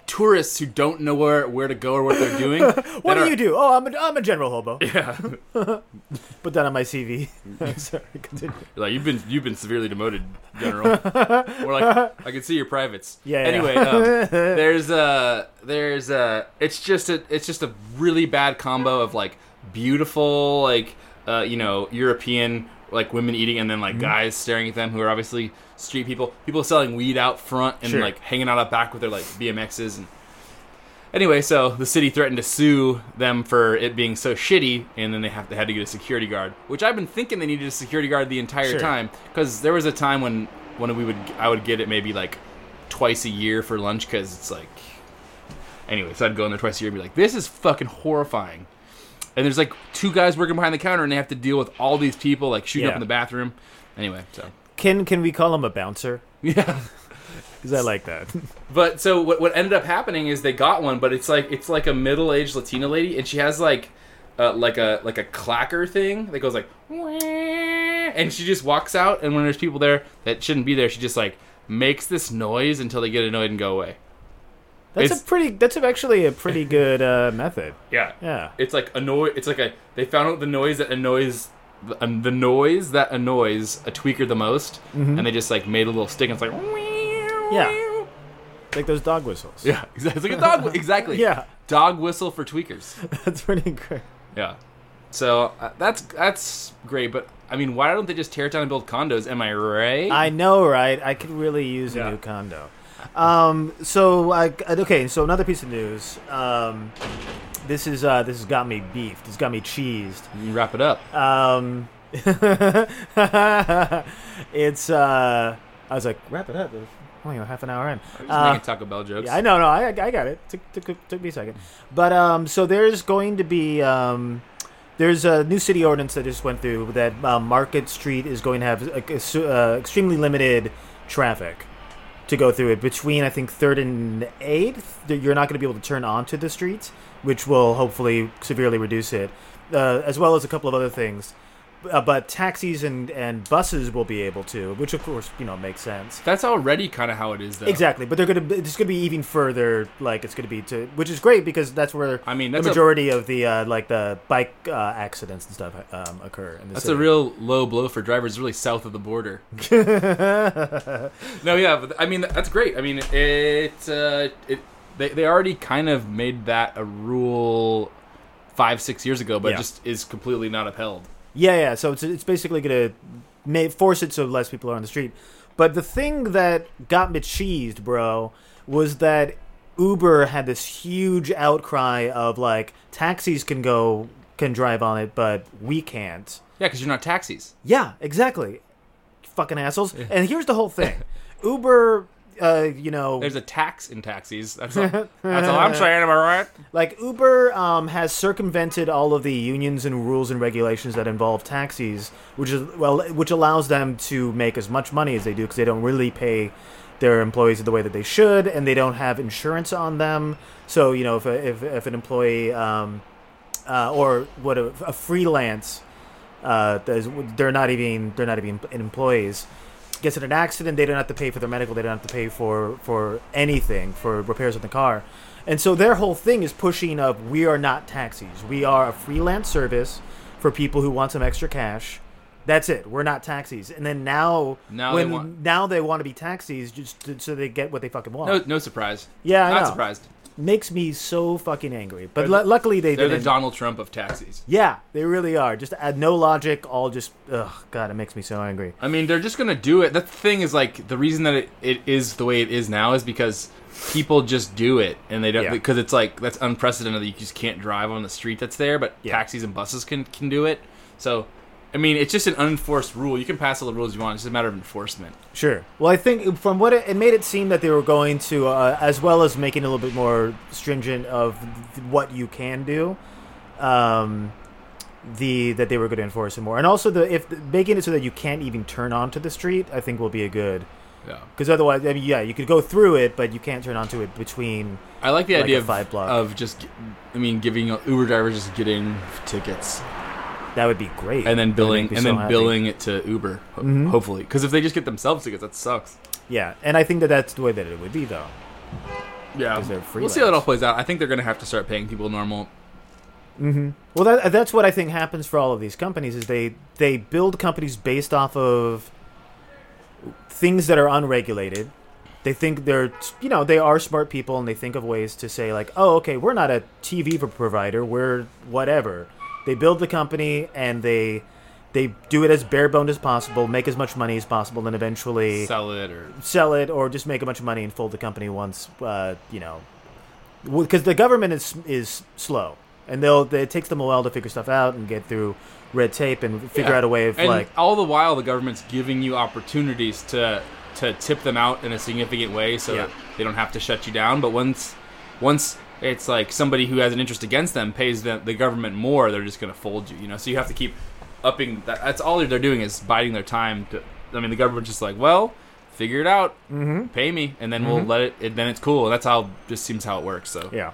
[SPEAKER 2] tourists who don't know where where to go or what they're doing.
[SPEAKER 1] What do you do? Oh, I'm a, I'm a general hobo.
[SPEAKER 2] Yeah,
[SPEAKER 1] Put that on my CV. I'm sorry. Continue.
[SPEAKER 2] like you've been you've been severely demoted, general. We're like I can see your privates.
[SPEAKER 1] Yeah, yeah.
[SPEAKER 2] Anyway, um, there's a there's a it's just a it's just a really bad combo of like beautiful like uh, you know European like women eating and then like
[SPEAKER 1] Mm-hmm.
[SPEAKER 2] guys staring at them who are obviously street people people selling weed out front and
[SPEAKER 1] Sure.
[SPEAKER 2] like hanging out out back with their like BMXs and Anyway, so the city threatened to sue them for it being so shitty, and then they have they had to get a security guard, which I've been thinking they needed a security guard the entire
[SPEAKER 1] Sure.
[SPEAKER 2] time. 'Cause time because there was a time when when we would I would get it maybe like twice a year for lunch because it's like anyway, so I'd go in there twice a year and be like, this is fucking horrifying. And there's like two guys working behind the counter, and they have to deal with all these people like shooting
[SPEAKER 1] Yeah.
[SPEAKER 2] up in the bathroom. Anyway, so
[SPEAKER 1] Can can we call him a bouncer?
[SPEAKER 2] yeah.
[SPEAKER 1] Because I like that.
[SPEAKER 2] But so what, what ended up happening is they got one, but it's like it's like a middle aged Latina lady, and she has like uh, like a like a clacker thing that goes like, "Wah," and she just walks out, and when there's people there that shouldn't be there, she just like makes this noise until they get annoyed and go away.
[SPEAKER 1] That's
[SPEAKER 2] It's-
[SPEAKER 1] a pretty. That's actually a pretty good uh, method.
[SPEAKER 2] Yeah,
[SPEAKER 1] Yeah.
[SPEAKER 2] It's like annoy. It's like a they found out the noise that annoys the, um, the noise that annoys a tweaker the most, and they just like made a little stick and it's like,
[SPEAKER 1] Mm-hmm. Yeah. Like those dog whistles.
[SPEAKER 2] yeah, exactly. It's like a dog. Exactly.
[SPEAKER 1] Yeah.
[SPEAKER 2] Dog whistle for tweakers.
[SPEAKER 1] That's pretty great.
[SPEAKER 2] Yeah. So uh, that's that's great, but I mean, why don't they just tear it down and build condos? Am I right?
[SPEAKER 1] I know, right? I could really use
[SPEAKER 2] Yeah.
[SPEAKER 1] a new condo. Um, so I okay. So another piece of news. Um, this is uh, this has got me beefed. It's got me cheesed.
[SPEAKER 2] You wrap it up.
[SPEAKER 1] Um, it's uh, I was like, wrap it up. We're Only half an hour in.
[SPEAKER 2] Just
[SPEAKER 1] Uh,
[SPEAKER 2] making Taco Bell jokes.
[SPEAKER 1] yeah, I know, no, I, I got it. Took, took, took me a second. But um, so there's going to be um, there's a new city ordinance that just went through that uh, Market Street is going to have like, a su- uh, extremely limited traffic to go through it between I think third and eighth. that You're not going to be able to turn onto the streets, which will hopefully severely reduce it, uh, as well as a couple of other things. Uh, but taxis and, and buses will be able to, which of course you know makes sense.
[SPEAKER 2] That's already kind of how it is, though.
[SPEAKER 1] Exactly, but they're gonna be- it's gonna be even further. Like it's gonna be to which is great because that's where
[SPEAKER 2] I mean, that's
[SPEAKER 1] the
[SPEAKER 2] a-
[SPEAKER 1] majority of the uh, like the bike uh, accidents and stuff um, occur. In the
[SPEAKER 2] That's
[SPEAKER 1] city.
[SPEAKER 2] a real low blow for drivers, really south of the border. no, yeah, but I mean that's great. I mean it. Uh, it they they already kind of made that a rule five six years ago, but it
[SPEAKER 1] Yeah.
[SPEAKER 2] just is completely not upheld.
[SPEAKER 1] yeah, yeah. So it's it's basically gonna ma- force it so less people are on the street. But the thing that got me cheesed, bro, was that Uber had this huge outcry of like taxis can go can drive on it, but we can't.
[SPEAKER 2] Yeah, because you're not taxis.
[SPEAKER 1] Yeah, exactly. Fucking assholes. And here's the whole thing. Uber, uh, you know,
[SPEAKER 2] There's a tax in taxis. That's all, that's all I'm saying. Am I right?
[SPEAKER 1] like Uber um, has circumvented all of the unions and rules and regulations that involve taxis, which is well, which allows them to make as much money as they do because they don't really pay their employees the way that they should, and they don't have insurance on them. So you know, if a, if, if an employee um, uh, or what a, a freelance, uh, there's- they're not even they're not even employees. Gets in an accident, they don't have to pay for their medical. They don't have to pay for for anything for repairs on the car, and so their whole thing is pushing up. We are not taxis. We are a freelance service for people who want some extra cash. That's it. We're not taxis. And then now,
[SPEAKER 2] Now
[SPEAKER 1] when
[SPEAKER 2] they want-
[SPEAKER 1] now they want to be taxis just to, so they get what they fucking want.
[SPEAKER 2] No, no surprise.
[SPEAKER 1] Yeah, I
[SPEAKER 2] not
[SPEAKER 1] know.
[SPEAKER 2] surprised.
[SPEAKER 1] makes me so fucking angry. But
[SPEAKER 2] They're the-
[SPEAKER 1] lu- luckily they
[SPEAKER 2] They're
[SPEAKER 1] didn't.
[SPEAKER 2] the Donald Trump of taxis.
[SPEAKER 1] yeah, they really are. Just uh, no logic. All just ugh. God, it makes me so angry.
[SPEAKER 2] I mean, they're just gonna do it. That thing is like the reason that it, it is the way it is now is because people just do it and they don't
[SPEAKER 1] Yeah.
[SPEAKER 2] because it's like that's unprecedented that you just can't drive on the street that's there, but
[SPEAKER 1] Yeah.
[SPEAKER 2] taxis and buses can can do it. So, I mean, it's just an unenforced rule. You can pass all the rules you want. It's just a matter of enforcement.
[SPEAKER 1] Sure. Well, I think from what it, it made it seem that they were going to, uh, as well as making it a little bit more stringent of th- what you can do, um, the that they were going to enforce it more, and also the if making it so that you can't even turn onto the street, I think will be a good
[SPEAKER 2] Yeah.
[SPEAKER 1] because otherwise, I mean, yeah, you could go through it, but you can't turn onto it between.
[SPEAKER 2] I like the
[SPEAKER 1] Like
[SPEAKER 2] idea
[SPEAKER 1] a five
[SPEAKER 2] of,
[SPEAKER 1] block.
[SPEAKER 2] of just, I mean, giving uh, Uber drivers just getting tickets
[SPEAKER 1] That would be great.
[SPEAKER 2] and then
[SPEAKER 1] That'd
[SPEAKER 2] billing
[SPEAKER 1] make me
[SPEAKER 2] and
[SPEAKER 1] so
[SPEAKER 2] then
[SPEAKER 1] happy. Mm-hmm.
[SPEAKER 2] billing it to Uber, ho- hopefully. Because if they just get themselves tickets, that sucks.
[SPEAKER 1] Yeah, and I think that that's the way that it would be, though.
[SPEAKER 2] Yeah,
[SPEAKER 1] Because they're
[SPEAKER 2] we'll see how it
[SPEAKER 1] freelance.
[SPEAKER 2] all plays out. I think they're gonna have to start paying people normal.
[SPEAKER 1] Well, that, that's what I think happens for all of these companies is they they build companies based off of things that are unregulated. They think they're you know they are smart people and they think of ways to say like oh okay we're not a TV pro- provider we're whatever. They build the company and they they do it as bare boned as possible, make as much money as possible, and eventually
[SPEAKER 2] Sell it or
[SPEAKER 1] sell it or just make a bunch of money and fold the company once uh, you know because the government is is slow and they'll they, it takes them a while to figure stuff out and get through red tape and figure
[SPEAKER 2] Yeah.
[SPEAKER 1] out a way of
[SPEAKER 2] and
[SPEAKER 1] like
[SPEAKER 2] all the while the government's giving you opportunities to to tip them out in a significant way so
[SPEAKER 1] Yeah.
[SPEAKER 2] that they don't have to shut you down. But once once it's like somebody who has an interest against them pays them, the government more, they're just gonna fold you. You know, so you have to keep upping. That, that's all they're doing is biding their time. To I mean, the government's just like, well, figure it out, mm-hmm. pay me, and then we'll let it, it. Then it's cool. That's how just seems how it works. So
[SPEAKER 1] yeah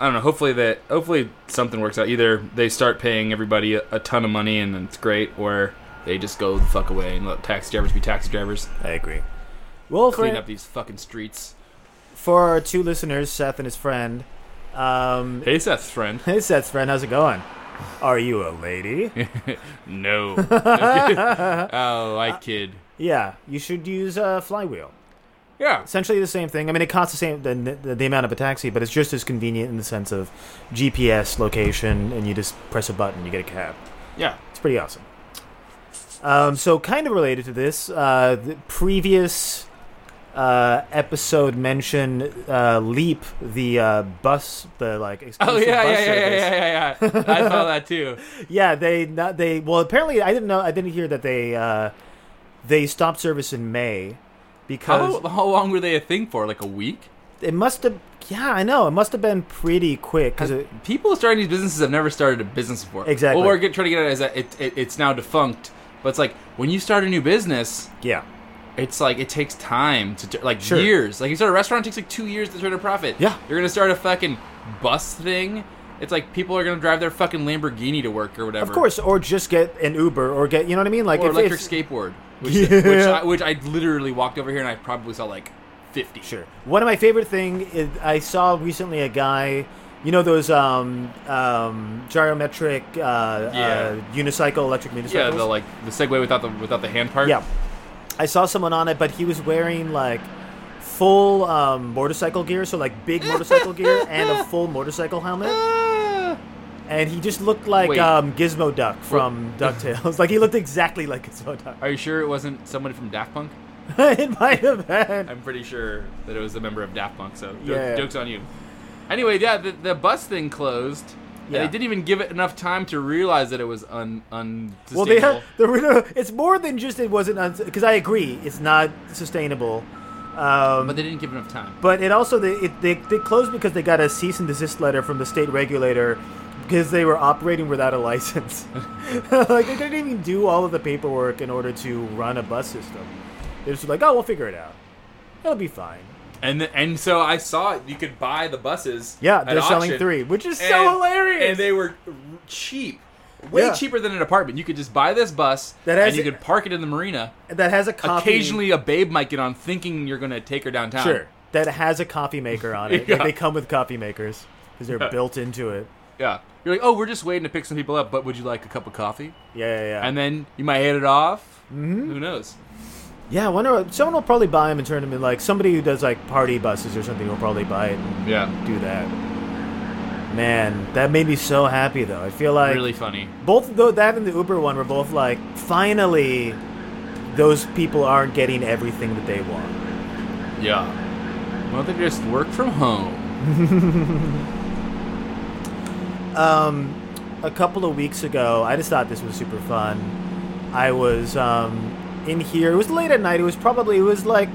[SPEAKER 2] I don't know. Hopefully that hopefully something works out. Either they start paying everybody a, a ton of money and then it's great, or they just go the fuck away and let taxi drivers be taxi drivers.
[SPEAKER 1] I agree. Well,
[SPEAKER 2] Clean
[SPEAKER 1] for,
[SPEAKER 2] up these fucking streets.
[SPEAKER 1] for our two listeners, Seth and his friend, um,
[SPEAKER 2] Hey, Seth's friend.
[SPEAKER 1] hey Seth's friend, how's it going? Are you a lady?
[SPEAKER 2] No. oh, I kid.
[SPEAKER 1] yeah, you should use uh, flywheel.
[SPEAKER 2] Yeah.
[SPEAKER 1] essentially the same thing. I mean, it costs the same the, the, the amount of a taxi, but it's just as convenient in the sense of GPS location, and you just press a button, you get a cab.
[SPEAKER 2] Yeah.
[SPEAKER 1] It's pretty awesome. Um, so, kind of related to this, uh, the previous uh, episode mentioned uh, Leap, the uh, bus, the like
[SPEAKER 2] Oh
[SPEAKER 1] exclusive
[SPEAKER 2] yeah,
[SPEAKER 1] bus
[SPEAKER 2] yeah, yeah, yeah,
[SPEAKER 1] service.
[SPEAKER 2] yeah, yeah, yeah. I saw that too.
[SPEAKER 1] Yeah, they not they. Well, apparently, I didn't know. I didn't hear that they uh, they stopped service in May
[SPEAKER 2] Oh,
[SPEAKER 1] because
[SPEAKER 2] How, how long were they a thing for? Like a week?
[SPEAKER 1] it must have yeah i know it must have been pretty quick because it
[SPEAKER 2] People starting these businesses have never started a business before.
[SPEAKER 1] Exactly.
[SPEAKER 2] What we're get, trying to get at is that it, it, it's now defunct. But it's like when you start a new business,
[SPEAKER 1] yeah
[SPEAKER 2] it's like it takes time to t- like
[SPEAKER 1] Sure.
[SPEAKER 2] years. Like you start a restaurant, it takes like two years to turn a profit.
[SPEAKER 1] Yeah.
[SPEAKER 2] you're gonna start a fucking bus thing. It's like people are gonna drive their fucking Lamborghini to work or whatever.
[SPEAKER 1] of course or just get an uber or get you know what i mean like
[SPEAKER 2] or
[SPEAKER 1] if,
[SPEAKER 2] electric
[SPEAKER 1] if-
[SPEAKER 2] skateboard, which,
[SPEAKER 1] Yeah.
[SPEAKER 2] which, I, which I literally walked over here and I probably saw like fifty.
[SPEAKER 1] sure one of my favorite thing is i saw recently a guy you know those um um gyrometric uh,
[SPEAKER 2] Yeah.
[SPEAKER 1] uh unicycle electric unicycles
[SPEAKER 2] Yeah, the like the Segway without the without the hand part.
[SPEAKER 1] yeah i saw someone on it but he was wearing like full um, motorcycle gear so like big motorcycle gear and a full motorcycle helmet
[SPEAKER 2] Ah.
[SPEAKER 1] and he just looked like
[SPEAKER 2] Wait.
[SPEAKER 1] um, Gizmo Duck from DuckTales. like he looked exactly like Gizmo Duck.
[SPEAKER 2] Are you sure it wasn't somebody from Daft Punk?
[SPEAKER 1] it might have been.
[SPEAKER 2] I'm pretty sure that it was a member of Daft Punk. So jo-
[SPEAKER 1] Yeah.
[SPEAKER 2] jokes on you. Anyway, yeah, the, the bus thing closed.
[SPEAKER 1] Yeah.
[SPEAKER 2] And they didn't even give it enough time to realize that it was un unsustainable.
[SPEAKER 1] Well, they have, the, it's more than just it wasn't because I agree it's not sustainable. Um,
[SPEAKER 2] but they didn't give enough time.
[SPEAKER 1] but it also they, it, they they closed because they got a cease and desist letter from the state regulator because they were operating without a license. like they didn't even do all of the paperwork in order to run a bus system. They're just like, oh, we'll figure it out. It'll be fine.
[SPEAKER 2] And and so I saw you could buy the buses.
[SPEAKER 1] Yeah,
[SPEAKER 2] at
[SPEAKER 1] they're selling
[SPEAKER 2] auction.
[SPEAKER 1] three, which is
[SPEAKER 2] And-
[SPEAKER 1] so hilarious.
[SPEAKER 2] And they were r- cheap, way
[SPEAKER 1] Yeah.
[SPEAKER 2] cheaper than an apartment. You could just buy this bus,
[SPEAKER 1] That has-
[SPEAKER 2] and you could park it in the marina.
[SPEAKER 1] that has a copy.
[SPEAKER 2] Occasionally, a babe might get on thinking you're going to take her downtown.
[SPEAKER 1] Sure. That has a coffee maker on it.
[SPEAKER 2] Yeah.
[SPEAKER 1] They come with coffee makers because they're built into it.
[SPEAKER 2] Yeah. You're like, oh, we're just waiting to pick some people up, but would you like a cup of coffee?
[SPEAKER 1] Yeah, yeah, yeah. Mm-hmm.
[SPEAKER 2] and then you might hit it off. Who knows?
[SPEAKER 1] Yeah, I wonder. Someone will probably buy them and turn them in like somebody who does like party buses or something will probably buy it and
[SPEAKER 2] Yeah.
[SPEAKER 1] do that. Man, that made me so happy though. I feel like
[SPEAKER 2] really funny.
[SPEAKER 1] both though that and the Uber one were both like finally those people aren't getting everything that they want.
[SPEAKER 2] Yeah. Why don't they just work from home?
[SPEAKER 1] Um, a couple of weeks ago, I just thought this was super fun. I was um, in here. It was late at night. It was probably it was like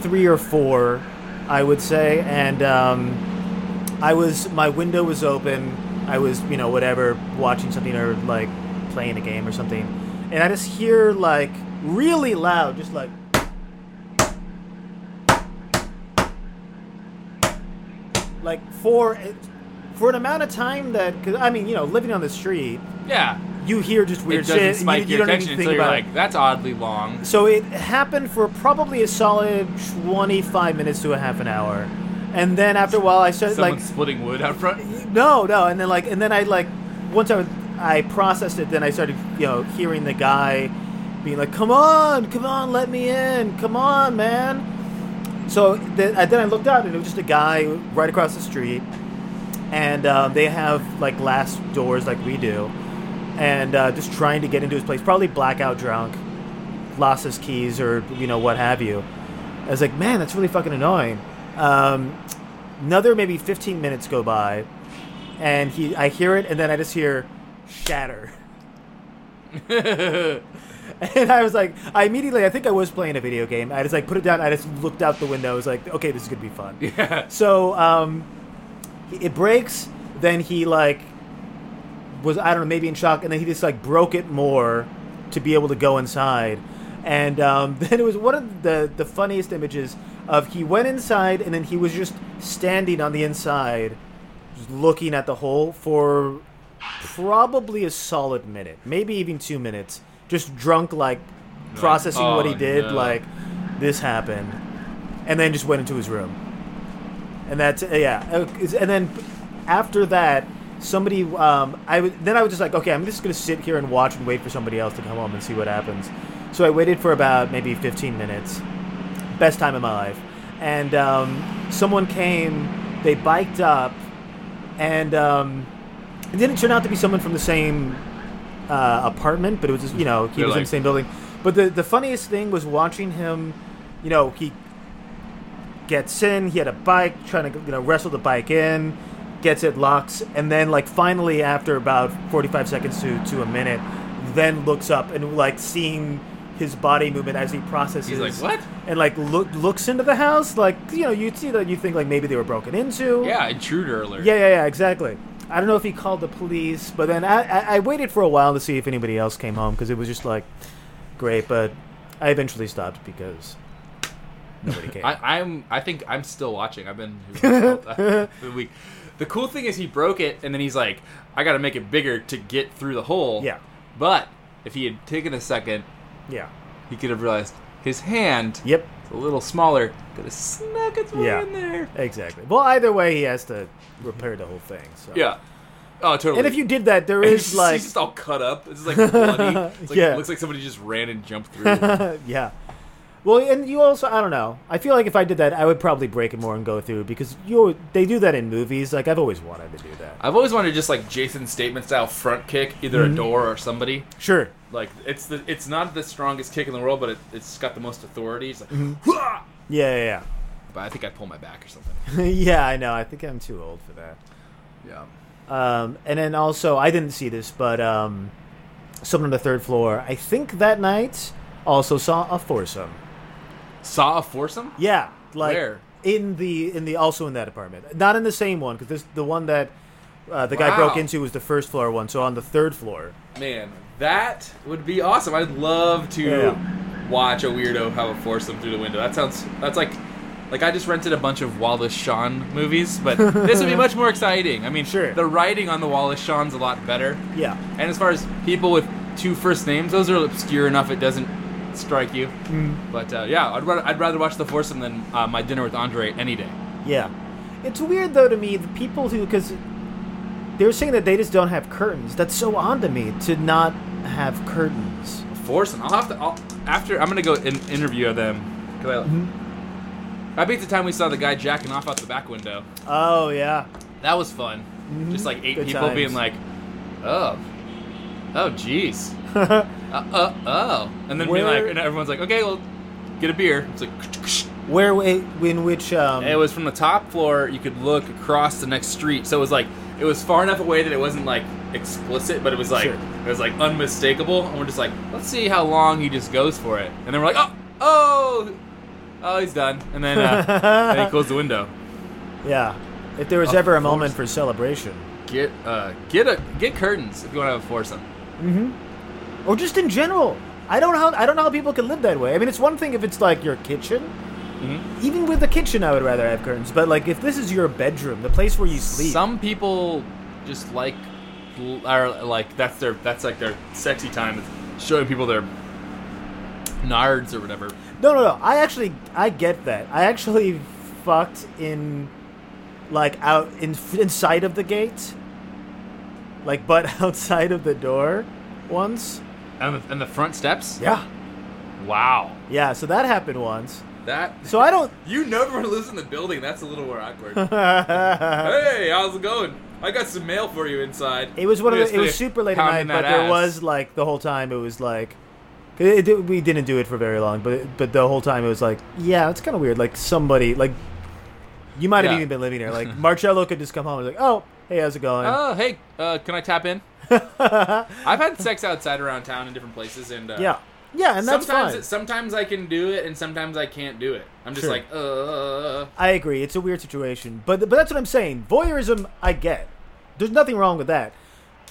[SPEAKER 1] three or four, I would say, and um, I was my window was open. I was you know whatever watching something or like playing a game or something, and I just hear like really loud, just like. Like for for an amount of time that, cause I mean, you know, living on the street,
[SPEAKER 2] Yeah.
[SPEAKER 1] you hear just weird
[SPEAKER 2] it
[SPEAKER 1] shit.
[SPEAKER 2] doesn't
[SPEAKER 1] and
[SPEAKER 2] spike
[SPEAKER 1] you, you
[SPEAKER 2] your
[SPEAKER 1] don't even
[SPEAKER 2] attention
[SPEAKER 1] think
[SPEAKER 2] until you're
[SPEAKER 1] about it.
[SPEAKER 2] like, that's oddly long.
[SPEAKER 1] So it happened for probably a solid 25 minutes to a half an hour. And then after a while I started
[SPEAKER 2] Someone
[SPEAKER 1] like
[SPEAKER 2] splitting wood out front.
[SPEAKER 1] no, no, and then like and then I like once I was- I processed it then I started, you know, hearing the guy being like, "Come on, come on, let me in. Come on, man." So then I, then I looked out and it was just a guy right across the street and um, they have like glass doors like we do, and uh, just trying to get into his place. Probably blackout drunk, lost his keys or you know what have you. I was like, man, that's really fucking annoying. Um, another maybe 15 minutes go by, and he I hear it, and then I just hear shatter. And I was like, I immediately, I think I was playing a video game. I just like put it down. I just looked out the window. I was like, okay, this is gonna be fun.
[SPEAKER 2] Yeah.
[SPEAKER 1] So um, it breaks. Then he like was I don't know maybe in shock, and then he just like broke it more to be able to go inside. And um, then it was one of the the funniest images of he went inside and then he was just standing on the inside, just looking at the hole for probably a solid minute, maybe even two minutes, just drunk like processing what he
[SPEAKER 2] "Oh,
[SPEAKER 1] did,
[SPEAKER 2] no."
[SPEAKER 1] like this happened, and then just went into his room and that's yeah. uh, And then after that, somebody um, I would then I was just like, okay, I'm just gonna sit here and watch and wait for somebody else to come home and see what happens. So I waited for about maybe 15 minutes, best time of my life. And um, someone came, they biked up, and um, it didn't turn out to be someone from the same uh, apartment, but it was just, you know he
[SPEAKER 2] They're
[SPEAKER 1] was in
[SPEAKER 2] like-
[SPEAKER 1] the same building. But the the funniest thing was watching him, you know he gets in. He had a bike, trying to you know wrestle the bike in, gets it locked, and then like finally after about forty five seconds to to a minute, then looks up and like seeing his body movement as he processes.
[SPEAKER 2] He's like, "What?"
[SPEAKER 1] And like look looks into the house, like you know you see that you think like maybe they were broken into.
[SPEAKER 2] Yeah, intruder alert.
[SPEAKER 1] Yeah, yeah, yeah, exactly. I don't know if he called the police, but then I, I, I waited for a while to see if anybody else came home because it was just like great, but I eventually stopped because nobody came.
[SPEAKER 2] I, I'm. I think I'm still watching. I've been the week. The cool thing is he broke it, and then he's like, "I got to make it bigger to get through the hole."
[SPEAKER 1] Yeah.
[SPEAKER 2] But if he had taken a second,
[SPEAKER 1] yeah.
[SPEAKER 2] he could have realized his hand.
[SPEAKER 1] Yep.
[SPEAKER 2] It's a little smaller. Could have snuck its way
[SPEAKER 1] Yeah.
[SPEAKER 2] in there.
[SPEAKER 1] Exactly. Well, either way, he has to repair the whole thing. So.
[SPEAKER 2] Yeah. Oh, totally.
[SPEAKER 1] And if you did that, there
[SPEAKER 2] He's
[SPEAKER 1] is
[SPEAKER 2] just-
[SPEAKER 1] like,
[SPEAKER 2] he's just all cut up. It's like bloody. It's like,
[SPEAKER 1] Yeah.
[SPEAKER 2] Looks like somebody just ran and jumped through.
[SPEAKER 1] yeah. Well, and you also, I don't know. I feel like if I did that, I would probably break it more and go through because you they do that in movies. Like I've always wanted to do that.
[SPEAKER 2] I've always wanted just like Jason Statham style front kick, either
[SPEAKER 1] Mm-hmm.
[SPEAKER 2] a door or somebody.
[SPEAKER 1] Sure.
[SPEAKER 2] Like it's the it's not the strongest kick in the world, but it, it's got the most authority. It's like,
[SPEAKER 1] Mm-hmm.
[SPEAKER 2] "Hua!"
[SPEAKER 1] Yeah, yeah,
[SPEAKER 2] but I think I'd pull my back or something.
[SPEAKER 1] yeah. yeah, I know. I think I'm too old for that.
[SPEAKER 2] Yeah.
[SPEAKER 1] Um, and then also, I didn't see this, but um, someone on the third floor, I think that night, also saw a foursome.
[SPEAKER 2] Saw a foursome.
[SPEAKER 1] Yeah, like
[SPEAKER 2] Where?
[SPEAKER 1] in the in the also in that apartment, not in the same one because this the one that uh, the guy broke
[SPEAKER 2] Wow.
[SPEAKER 1] into was the first floor one. So on the third floor,
[SPEAKER 2] Man, that would be awesome. I'd love to
[SPEAKER 1] Yeah.
[SPEAKER 2] watch a weirdo have a foursome through the window. That sounds. That's like. Like I just rented a bunch of Wallace Shawn movies, but this would be much more exciting. I mean,
[SPEAKER 1] Sure.
[SPEAKER 2] the writing on the Wallace Shawn's a lot better.
[SPEAKER 1] yeah,
[SPEAKER 2] And as far as people with two first names, those are obscure enough it doesn't strike you.
[SPEAKER 1] Mm.
[SPEAKER 2] But uh, yeah, I'd rather, I'd rather watch The Foursome than uh, My Dinner with Andre any day.
[SPEAKER 1] yeah. It's weird though to me the people who because they were saying that they just don't have curtains. That's so on to me to not have curtains.
[SPEAKER 2] The Foursome. I'll have to. I'll, after I'm gonna go in, interview them. 'cause I,
[SPEAKER 1] Mm-hmm.
[SPEAKER 2] I think the time we saw the guy jacking off out the back window.
[SPEAKER 1] Oh yeah.
[SPEAKER 2] That was fun. Just like
[SPEAKER 1] Mm-hmm.
[SPEAKER 2] eight
[SPEAKER 1] Good
[SPEAKER 2] people
[SPEAKER 1] times.
[SPEAKER 2] being like, oh, oh, jeez, uh, uh, oh, and then being like,
[SPEAKER 1] Where-
[SPEAKER 2] and everyone's like, okay, well, get a beer. It's like.
[SPEAKER 1] Where? Wait, in which? Um,
[SPEAKER 2] It was from the top floor. You could look across the next street, so it was like it was far enough away that it wasn't like explicit, but it was like
[SPEAKER 1] Sure.
[SPEAKER 2] it was like unmistakable. And we're just like, let's see how long he just goes for it. And then we're like, oh, oh, oh, he's done. And then, uh, then he closed the window.
[SPEAKER 1] yeah. If there was
[SPEAKER 2] Of
[SPEAKER 1] ever a
[SPEAKER 2] course.
[SPEAKER 1] moment for celebration,
[SPEAKER 2] Get uh, get a get curtains if you want to have a foursome.
[SPEAKER 1] or just in general, I don't know. How, I don't know how people can live that way. I mean, it's one thing if it's like your kitchen. Even with the kitchen, I would rather have curtains. But like, if this is your bedroom, the place where you sleep,
[SPEAKER 2] Some people just like are like that's their that's like their sexy time. It's showing people their nards or whatever.
[SPEAKER 1] No, no, no. I actually, I get that. I actually fucked in, like, out in inside of the gate, like, but outside of the door, once.
[SPEAKER 2] And the, and the front steps.
[SPEAKER 1] Yeah,
[SPEAKER 2] Wow.
[SPEAKER 1] yeah. So that happened once.
[SPEAKER 2] That
[SPEAKER 1] So I don't.
[SPEAKER 2] you never lose in the building. That's a little more awkward. hey, how's it going? I got some mail for you inside.
[SPEAKER 1] It was one of
[SPEAKER 2] Yes,
[SPEAKER 1] the, it was
[SPEAKER 2] they-
[SPEAKER 1] super late at night,
[SPEAKER 2] pounding
[SPEAKER 1] but
[SPEAKER 2] that
[SPEAKER 1] there
[SPEAKER 2] ass.
[SPEAKER 1] was like the whole time it was like. It, it- we didn't do it for very long, but but the whole time it was like, yeah, it's kind of weird. Like somebody, like you might have
[SPEAKER 2] Yeah.
[SPEAKER 1] even been living there. Like Marcello could just come home and be like, oh, hey, how's it going?
[SPEAKER 2] Oh, hey, uh, can I tap in? I've had sex outside around town in different places, and uh,
[SPEAKER 1] Yeah. Yeah, and that's
[SPEAKER 2] sometimes
[SPEAKER 1] fine.
[SPEAKER 2] it- sometimes I can do it, and sometimes I can't do it. I'm just
[SPEAKER 1] Sure.
[SPEAKER 2] like, uh,
[SPEAKER 1] I agree. It's a weird situation, but but that's what I'm saying. Voyeurism, I get. There's nothing wrong with that.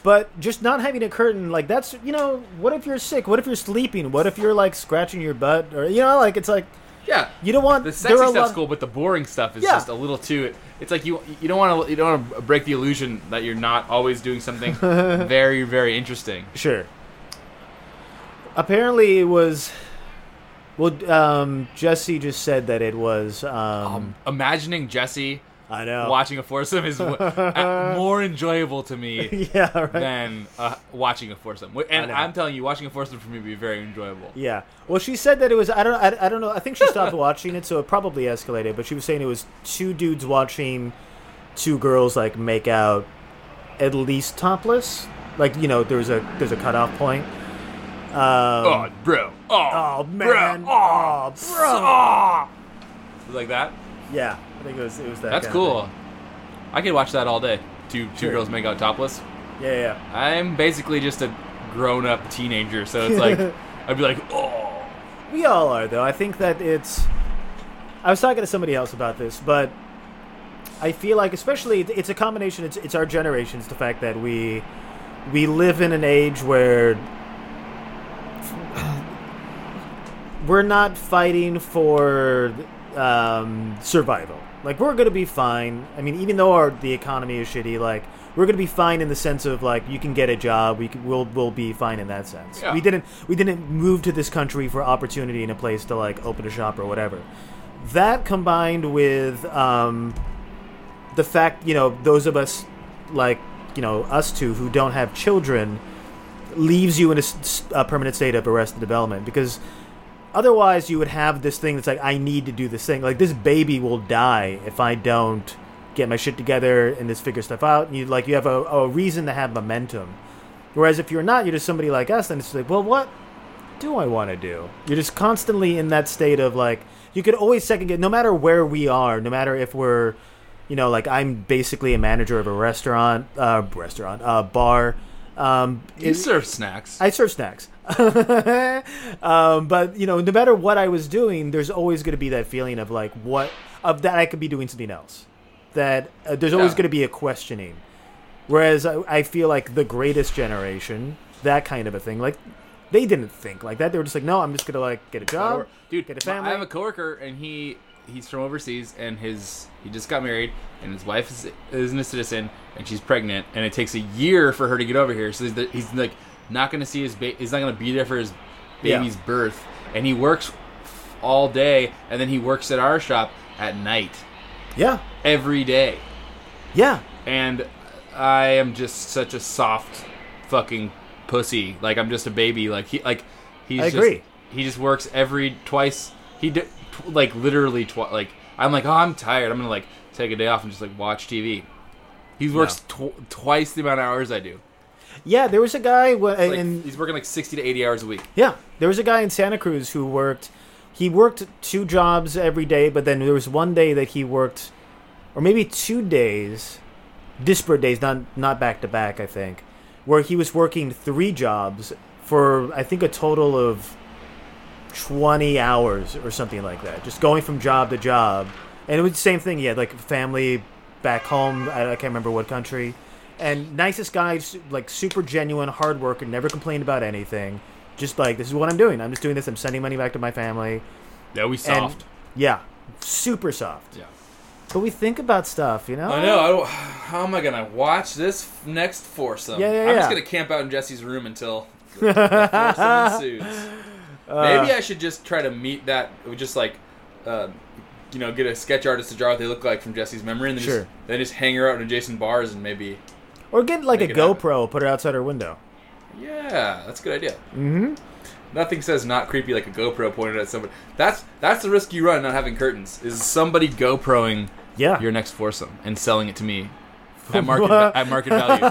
[SPEAKER 1] But just not having a curtain, like that's you know, what if you're sick? What if you're sleeping? What if you're like scratching your butt? Or you know, like it's like
[SPEAKER 2] yeah.
[SPEAKER 1] you don't want
[SPEAKER 2] the
[SPEAKER 1] there
[SPEAKER 2] sexy
[SPEAKER 1] are a
[SPEAKER 2] stuff's
[SPEAKER 1] lot-
[SPEAKER 2] cool, but the boring stuff is
[SPEAKER 1] Yeah.
[SPEAKER 2] just a little too. It, it's like you you don't want to you don't want to break the illusion that you're not always doing something very very interesting.
[SPEAKER 1] Sure. Apparently, it was. Well, um, Jesse just said that it was. Um,
[SPEAKER 2] Oh, Imagining Jesse
[SPEAKER 1] I know.
[SPEAKER 2] watching a foursome is w- a- more enjoyable to me
[SPEAKER 1] Yeah. Right.
[SPEAKER 2] than uh, watching a foursome. Wh- And
[SPEAKER 1] know.
[SPEAKER 2] I'm telling you, watching a foursome for me would be very enjoyable.
[SPEAKER 1] Yeah. Well, she said that it was. I don't. I, I don't know. I think she stopped watching it, so it probably escalated. But she was saying it was two dudes watching two girls like make out, at least topless. Like you know, there's a there's a cutoff point. Um,
[SPEAKER 2] oh, bro. Oh,
[SPEAKER 1] oh man.
[SPEAKER 2] bro.
[SPEAKER 1] Oh, bro.
[SPEAKER 2] Ah! Like that.
[SPEAKER 1] Yeah. I think it was. It was that.
[SPEAKER 2] That's
[SPEAKER 1] kinda
[SPEAKER 2] cool. I could watch that all day. Two two
[SPEAKER 1] Sure.
[SPEAKER 2] girls make out topless.
[SPEAKER 1] thing. Yeah. Yeah.
[SPEAKER 2] I'm basically just a grown up teenager, so it's like I'd be like, oh,
[SPEAKER 1] We all are though. I think that it's. I was talking to somebody else about this, but I feel like, especially, it- it's a combination. It's it's our generations. The fact that we we live in an age where we're not fighting for um, survival. Like we're gonna be fine. I mean, even though our the economy is shitty, like we're gonna be fine in the sense of like you can get a job. We can, we'll we'll be fine in that sense.
[SPEAKER 2] Yeah.
[SPEAKER 1] We didn't we didn't move to this country for opportunity and a place to like open a shop or whatever. That combined with um, the fact you know those of us like you know us two who don't have children leaves you in a, s- s- a permanent state of arrested development because otherwise you would have this thing that's like i need to do this thing like this baby will die if i don't get my shit together and just figure stuff out and you like you have a, a reason to have momentum whereas if you're not you're just somebody like us then it's like well what do i want to do you're just constantly in that state of like you could always second guess no matter where we are no matter if we're you know like i'm basically a manager of a restaurant uh restaurant uh bar um
[SPEAKER 2] you
[SPEAKER 1] it-
[SPEAKER 2] serve snacks.
[SPEAKER 1] I serve snacks. um, but you know, no matter what I was doing, there's always going to be that feeling of like what of that I could be doing something else. That uh, there's always
[SPEAKER 2] Yeah.
[SPEAKER 1] going to be a questioning. Whereas I, I feel like the greatest generation, that kind of a thing, like they didn't think like that. They were just like, no, I'm just going to like get a job,
[SPEAKER 2] dude,
[SPEAKER 1] get a
[SPEAKER 2] my-
[SPEAKER 1] Oh. family.
[SPEAKER 2] I have a coworker, and he he's from overseas, and his he just got married, and his wife is isn't a citizen, and she's pregnant, and it takes a year for her to get over here. So he's, he's like not going to see his ba- he's not going to be there for his
[SPEAKER 1] Yeah.
[SPEAKER 2] baby's birth, and he works all day, and then he works at our shop at night
[SPEAKER 1] yeah,
[SPEAKER 2] every day,
[SPEAKER 1] yeah,
[SPEAKER 2] and I am just such a soft fucking pussy. Like I'm just a baby. Like he like he's
[SPEAKER 1] I
[SPEAKER 2] just-
[SPEAKER 1] agree.
[SPEAKER 2] he just works every twice. He d- tw- like literally twice. Like I'm like, oh, I'm tired. I'm gonna like take a day off and just like watch TV. He works tw- twice the amount of hours I do.
[SPEAKER 1] Yeah, there was a guy w-
[SPEAKER 2] Like,
[SPEAKER 1] in
[SPEAKER 2] he's working like sixty to eighty hours a week.
[SPEAKER 1] Yeah, there was a guy in Santa Cruz who worked. He worked two jobs every day, but then there was one day that he worked, or maybe two days, disparate days, not not back to back. I think, where he was working three jobs for I think a total of twenty hours or something like that, just going from job to job. And it was the same thing. He had like family back home. I, I can't remember what country. And nicest guy, s- like super genuine, hard worker, never complained about anything. Just like this is what I'm doing. I'm just doing this. I'm sending money back to my family.
[SPEAKER 2] Yeah, we
[SPEAKER 1] And-
[SPEAKER 2] soft.
[SPEAKER 1] Yeah, super soft.
[SPEAKER 2] yeah.
[SPEAKER 1] But we think about stuff, you know.
[SPEAKER 2] I know. I don't, how am I gonna watch this f- next foursome?
[SPEAKER 1] Yeah, yeah,
[SPEAKER 2] I'm just
[SPEAKER 1] yeah.
[SPEAKER 2] gonna camp out in Jesse's room until the foursome ensues.
[SPEAKER 1] Uh,
[SPEAKER 2] Maybe I should just try to meet that. Just like, uh, you know, get a sketch artist to draw what they look like from Jesse's memory, and then,
[SPEAKER 1] Sure.
[SPEAKER 2] just, then just hang her out in adjacent bars and maybe.
[SPEAKER 1] Or get like a
[SPEAKER 2] Make it happen.
[SPEAKER 1] GoPro, put it outside our window.
[SPEAKER 2] Yeah, that's a good idea. Mm-hmm. Nothing says not creepy like a GoPro pointed at somebody. That's that's the risk you run not having curtains. Is somebody GoProing
[SPEAKER 1] Yeah,
[SPEAKER 2] your next foursome and selling it to me at market at market value?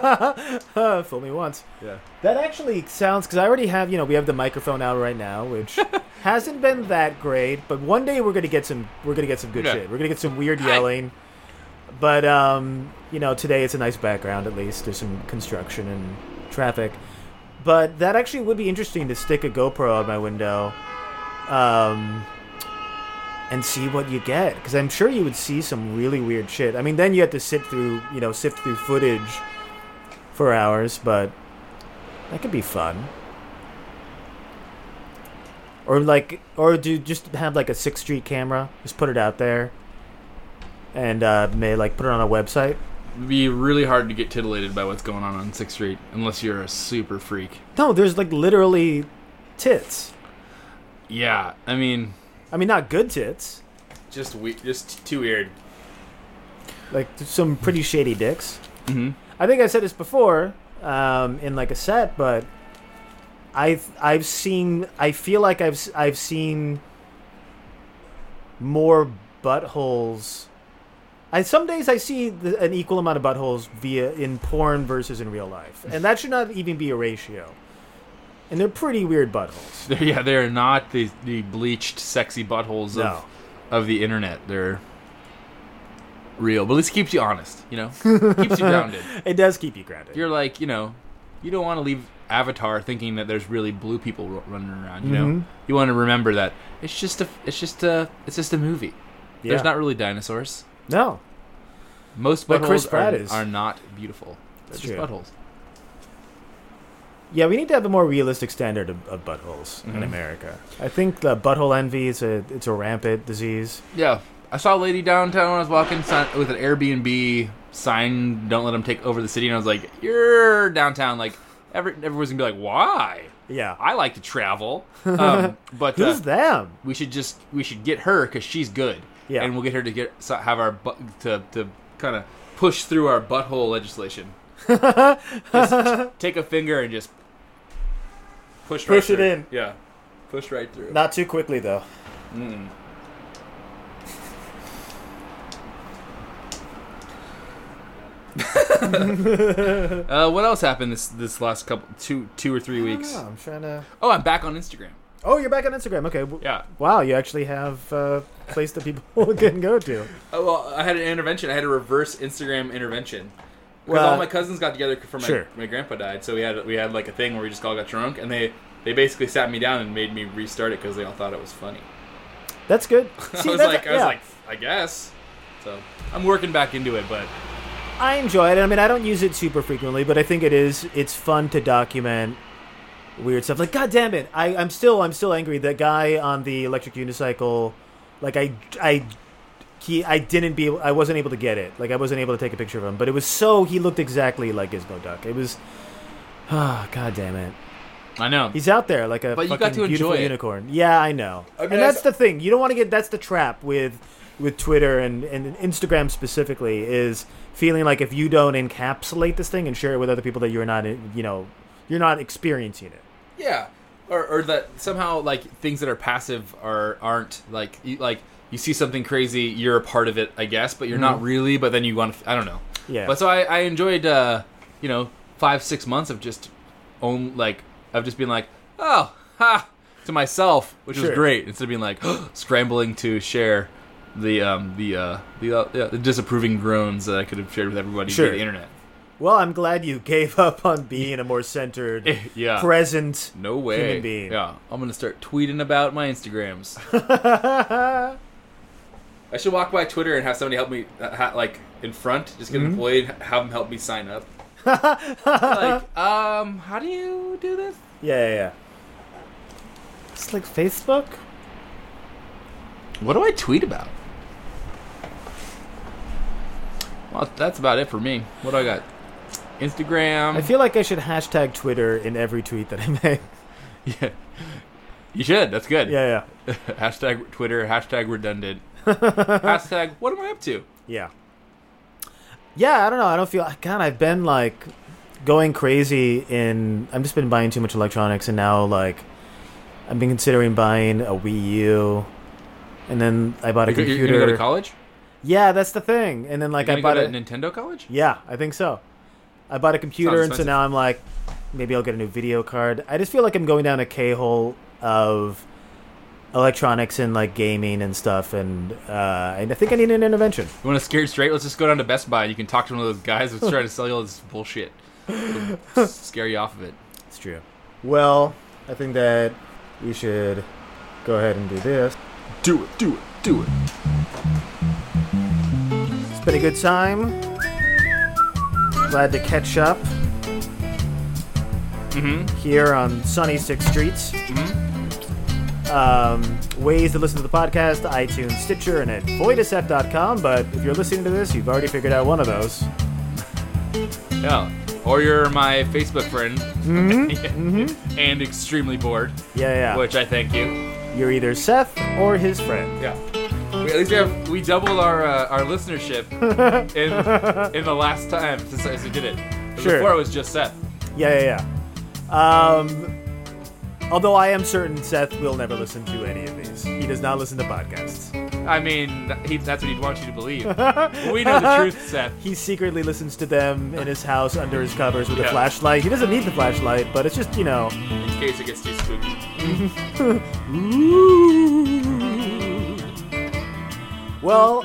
[SPEAKER 1] Uh, fool me once.
[SPEAKER 2] yeah.
[SPEAKER 1] That actually sounds because I already have you know we have the microphone out right now, which hasn't been that great. But one day we're gonna get some we're gonna get some good
[SPEAKER 2] Yeah.
[SPEAKER 1] shit. We're gonna get some weird yelling. But um, you know today it's a nice background at least. There's some construction and traffic. But that actually would be interesting to stick a GoPro out my window, um, and see what you get because I'm sure you would see some really weird shit. I mean, then you have to sit through you know sift through footage for hours, but. That could be fun. Or like, or do just have like a Sixth Street camera, just put it out there, and uh, may like put it on a website.
[SPEAKER 2] It'd be really hard to get titillated by what's going on on Sixth Street unless you're a super freak.
[SPEAKER 1] No, there's like literally tits.
[SPEAKER 2] Yeah, I mean,
[SPEAKER 1] I mean, not good tits.
[SPEAKER 2] just we- just too weird.
[SPEAKER 1] Like some pretty shady dicks.
[SPEAKER 2] hmm
[SPEAKER 1] I think I said this before um, in like a set, but I've I've seen I feel like I've s- I've seen more buttholes. I some days I see the, an equal amount of buttholes via in porn versus in real life, and that should not even be a ratio. And they're pretty weird buttholes.
[SPEAKER 2] Yeah, they are not the the bleached, sexy buttholes
[SPEAKER 1] No,
[SPEAKER 2] of of the internet. They're real, but at least it keeps you honest. You know, keeps you grounded.
[SPEAKER 1] it does keep you grounded.
[SPEAKER 2] You're like, you know, you don't want to leave Avatar thinking that there's really blue people ru- running around. You
[SPEAKER 1] Mhm.
[SPEAKER 2] know, you want to remember that it's just a it's just a it's just a movie.
[SPEAKER 1] Yeah.
[SPEAKER 2] There's not really dinosaurs.
[SPEAKER 1] no.
[SPEAKER 2] Most
[SPEAKER 1] But
[SPEAKER 2] buttholes
[SPEAKER 1] Chris Pratt
[SPEAKER 2] are,
[SPEAKER 1] is.
[SPEAKER 2] are not beautiful. They're
[SPEAKER 1] It's
[SPEAKER 2] just
[SPEAKER 1] true.
[SPEAKER 2] buttholes.
[SPEAKER 1] Yeah, we need to have a more realistic standard of, of buttholes in
[SPEAKER 2] Mhm.
[SPEAKER 1] America. I think the butthole envy is a it's a rampant disease.
[SPEAKER 2] Yeah. I saw a lady downtown when I was walking si- with an Airbnb sign, don't let them take over the city. And I was like, you're downtown. Like, every, everyone's going to be like, why?
[SPEAKER 1] Yeah,
[SPEAKER 2] I like to travel. Um, but uh,
[SPEAKER 1] who's them?
[SPEAKER 2] we should just, we should get her because she's good.
[SPEAKER 1] Yeah.
[SPEAKER 2] And we'll get her to get, so- have our, bu- to, to kind of push through our butthole legislation. just take a finger and just push, right
[SPEAKER 1] Push it
[SPEAKER 2] through.
[SPEAKER 1] in.
[SPEAKER 2] Yeah. Push right through.
[SPEAKER 1] Not too quickly though.
[SPEAKER 2] Uh, what else happened this this last couple two two or three weeks?
[SPEAKER 1] I'm trying to.
[SPEAKER 2] Oh, I'm back on Instagram.
[SPEAKER 1] Oh, you're back on Instagram. Okay. w-
[SPEAKER 2] Yeah.
[SPEAKER 1] Wow, you actually have a place that people can go to.
[SPEAKER 2] Oh, well, I had an intervention. I had a reverse Instagram intervention. Because
[SPEAKER 1] Well-
[SPEAKER 2] all my cousins got together for my
[SPEAKER 1] Sure.
[SPEAKER 2] my grandpa died, so we had we had like a thing where we just all got drunk, and they they basically sat me down and made me restart it because they all thought it was funny.
[SPEAKER 1] That's good.
[SPEAKER 2] I was
[SPEAKER 1] that's-
[SPEAKER 2] like, I was
[SPEAKER 1] yeah.
[SPEAKER 2] like, I guess. So I'm working back into it, but
[SPEAKER 1] I enjoy it. I mean, I don't use it super frequently, but I think it is. It's fun to document weird stuff. Like, god damn it, I, I'm still, I'm still angry. That guy on the electric unicycle, like, I, I, he, I didn't be, I wasn't able to get it. Like, I wasn't able to take a picture of him. But it was so he looked exactly like Gizmo Duck. It was, ah, god damn it.
[SPEAKER 2] I know.
[SPEAKER 1] He's out there like a
[SPEAKER 2] But you got
[SPEAKER 1] fucking
[SPEAKER 2] to
[SPEAKER 1] beautiful
[SPEAKER 2] enjoy it.
[SPEAKER 1] unicorn. Yeah, I know.
[SPEAKER 2] I mean,
[SPEAKER 1] and that's the
[SPEAKER 2] that's-
[SPEAKER 1] thing. You don't want to get that's the trap with with Twitter and, and Instagram specifically is feeling like if you don't encapsulate this thing and share it with other people that you're not you know, you're not experiencing it.
[SPEAKER 2] Yeah, or, or that somehow like things that are passive are aren't like you, like you see something crazy, you're a part of it, I guess, but you're not really. But then you want to, I don't know.
[SPEAKER 1] Mm-hmm. Yeah.
[SPEAKER 2] But so I, I enjoyed, uh, you know, five six months of just own like of just being like, oh, ha, to myself, which
[SPEAKER 1] Sure.
[SPEAKER 2] was great. Instead of being like scrambling to share the um the uh the uh, yeah, the disapproving groans that I could have shared with everybody
[SPEAKER 1] Sure.
[SPEAKER 2] via the internet.
[SPEAKER 1] Well, I'm glad you gave up on being a more centered,
[SPEAKER 2] Yeah.
[SPEAKER 1] present.
[SPEAKER 2] No way.
[SPEAKER 1] Human being.
[SPEAKER 2] Yeah, I'm gonna start tweeting about my Instagrams. I should walk by Twitter and have somebody help me, uh, ha- like in front, just get an employee, and have them help me sign up. like, um, how do you do this?
[SPEAKER 1] Yeah, yeah, yeah. It's like Facebook.
[SPEAKER 2] What do I tweet about? Well, that's about it for me. What do I got? Instagram.
[SPEAKER 1] I feel like I should hashtag Twitter in every tweet that I make.
[SPEAKER 2] yeah. You should. That's good.
[SPEAKER 1] Yeah, yeah,
[SPEAKER 2] hashtag Twitter. Hashtag redundant. hashtag what am I up to?
[SPEAKER 1] yeah. Yeah, I don't know. I don't feel. God, I've been like going crazy in. I've just been buying too much electronics, and now like I've been considering buying a Wii U, and then I bought a
[SPEAKER 2] You're,
[SPEAKER 1] computer.
[SPEAKER 2] you're gonna go to college?
[SPEAKER 1] Yeah, that's the thing. And then like
[SPEAKER 2] You're
[SPEAKER 1] I
[SPEAKER 2] gonna
[SPEAKER 1] bought
[SPEAKER 2] go
[SPEAKER 1] it.
[SPEAKER 2] to Nintendo College?
[SPEAKER 1] Yeah, I think so. I bought a computer, and so
[SPEAKER 2] expensive.
[SPEAKER 1] now I'm like, maybe I'll get a new video card. I just feel like I'm going down a K hole of electronics and like gaming and stuff, and uh, and I think I need an intervention.
[SPEAKER 2] You want to scared straight? Let's just go down to Best Buy. You can talk to one of those guys that's trying to sell you all this bullshit. It'll scare you off of it.
[SPEAKER 1] It's true. Well, I think that we should go ahead and do this.
[SPEAKER 2] Do it, do it, do it.
[SPEAKER 1] It's been a good time. Glad to catch up Mm-hmm. here on sunny Six Streets. Um, ways to listen to the podcast iTunes, Stitcher, and at voidasf.com. But if you're listening to this, you've already figured out one of those.
[SPEAKER 2] Yeah. Or you're my Facebook friend and extremely bored,
[SPEAKER 1] Yeah, Mm-hmm, yeah.
[SPEAKER 2] which I thank you.
[SPEAKER 1] You're either Seth or his friend.
[SPEAKER 2] Yeah. We, at least we have we doubled our uh, our listenership in in the last time since, since we did it.
[SPEAKER 1] Sure.
[SPEAKER 2] Before it was just Seth.
[SPEAKER 1] Yeah, yeah, yeah. Um, although I am certain Seth will never listen to any of these, he does not listen to podcasts.
[SPEAKER 2] I mean, he, that's what he'd want you to believe. we know the truth, Seth.
[SPEAKER 1] He secretly listens to them in his house under his covers with a
[SPEAKER 2] Yeah.
[SPEAKER 1] flashlight. He doesn't need the flashlight, but it's just, you know.
[SPEAKER 2] In case it gets too spooky.
[SPEAKER 1] Well,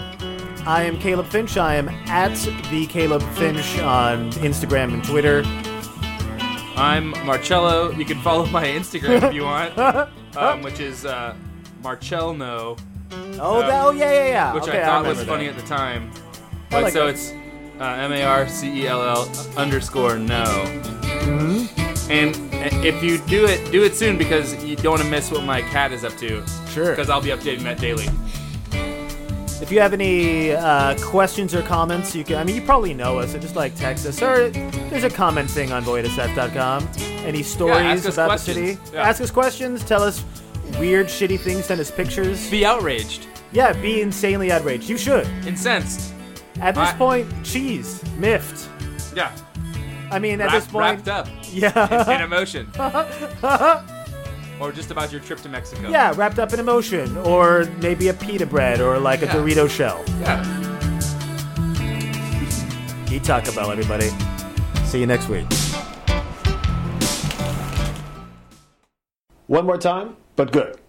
[SPEAKER 1] I am Caleb Finch. I am at the Caleb Finch on Instagram and Twitter.
[SPEAKER 2] I'm Marcello. You can follow my Instagram if you want, um, which is uh, Marcelno,
[SPEAKER 1] Oh, that, oh yeah, yeah, yeah.
[SPEAKER 2] Um, which
[SPEAKER 1] okay,
[SPEAKER 2] I thought was
[SPEAKER 1] remember
[SPEAKER 2] funny
[SPEAKER 1] that.
[SPEAKER 2] at the time. But
[SPEAKER 1] like
[SPEAKER 2] so
[SPEAKER 1] that.
[SPEAKER 2] it's uh, M A R C E L L underscore no.
[SPEAKER 1] Mm-hmm.
[SPEAKER 2] And uh, if you do it, do it soon because you don't want to miss what my cat is up to.
[SPEAKER 1] Sure.
[SPEAKER 2] Because I'll be updating that daily.
[SPEAKER 1] If you have any uh, questions or comments, you can. I mean, you probably know us, so just like text us or there's a comment thing on voidasf.com. Any stories
[SPEAKER 2] ask us
[SPEAKER 1] about the
[SPEAKER 2] questions.
[SPEAKER 1] city?
[SPEAKER 2] Yeah.
[SPEAKER 1] Ask us questions. Tell us weird, shitty things. Send us pictures.
[SPEAKER 2] Be outraged,
[SPEAKER 1] Yeah, be insanely outraged. You should.
[SPEAKER 2] incensed.
[SPEAKER 1] At this
[SPEAKER 2] I-
[SPEAKER 1] point, cheese, miffed.
[SPEAKER 2] Yeah.
[SPEAKER 1] I mean, at
[SPEAKER 2] Wrap,
[SPEAKER 1] this point,
[SPEAKER 2] wrapped up
[SPEAKER 1] yeah,
[SPEAKER 2] in emotion. or just about your trip to Mexico.
[SPEAKER 1] yeah, wrapped up in emotion, or maybe a pita bread, or like a
[SPEAKER 2] Yeah.
[SPEAKER 1] Dorito shell.
[SPEAKER 2] Yeah.
[SPEAKER 1] Eat Taco Bell, everybody. See you next week. One more time, but good.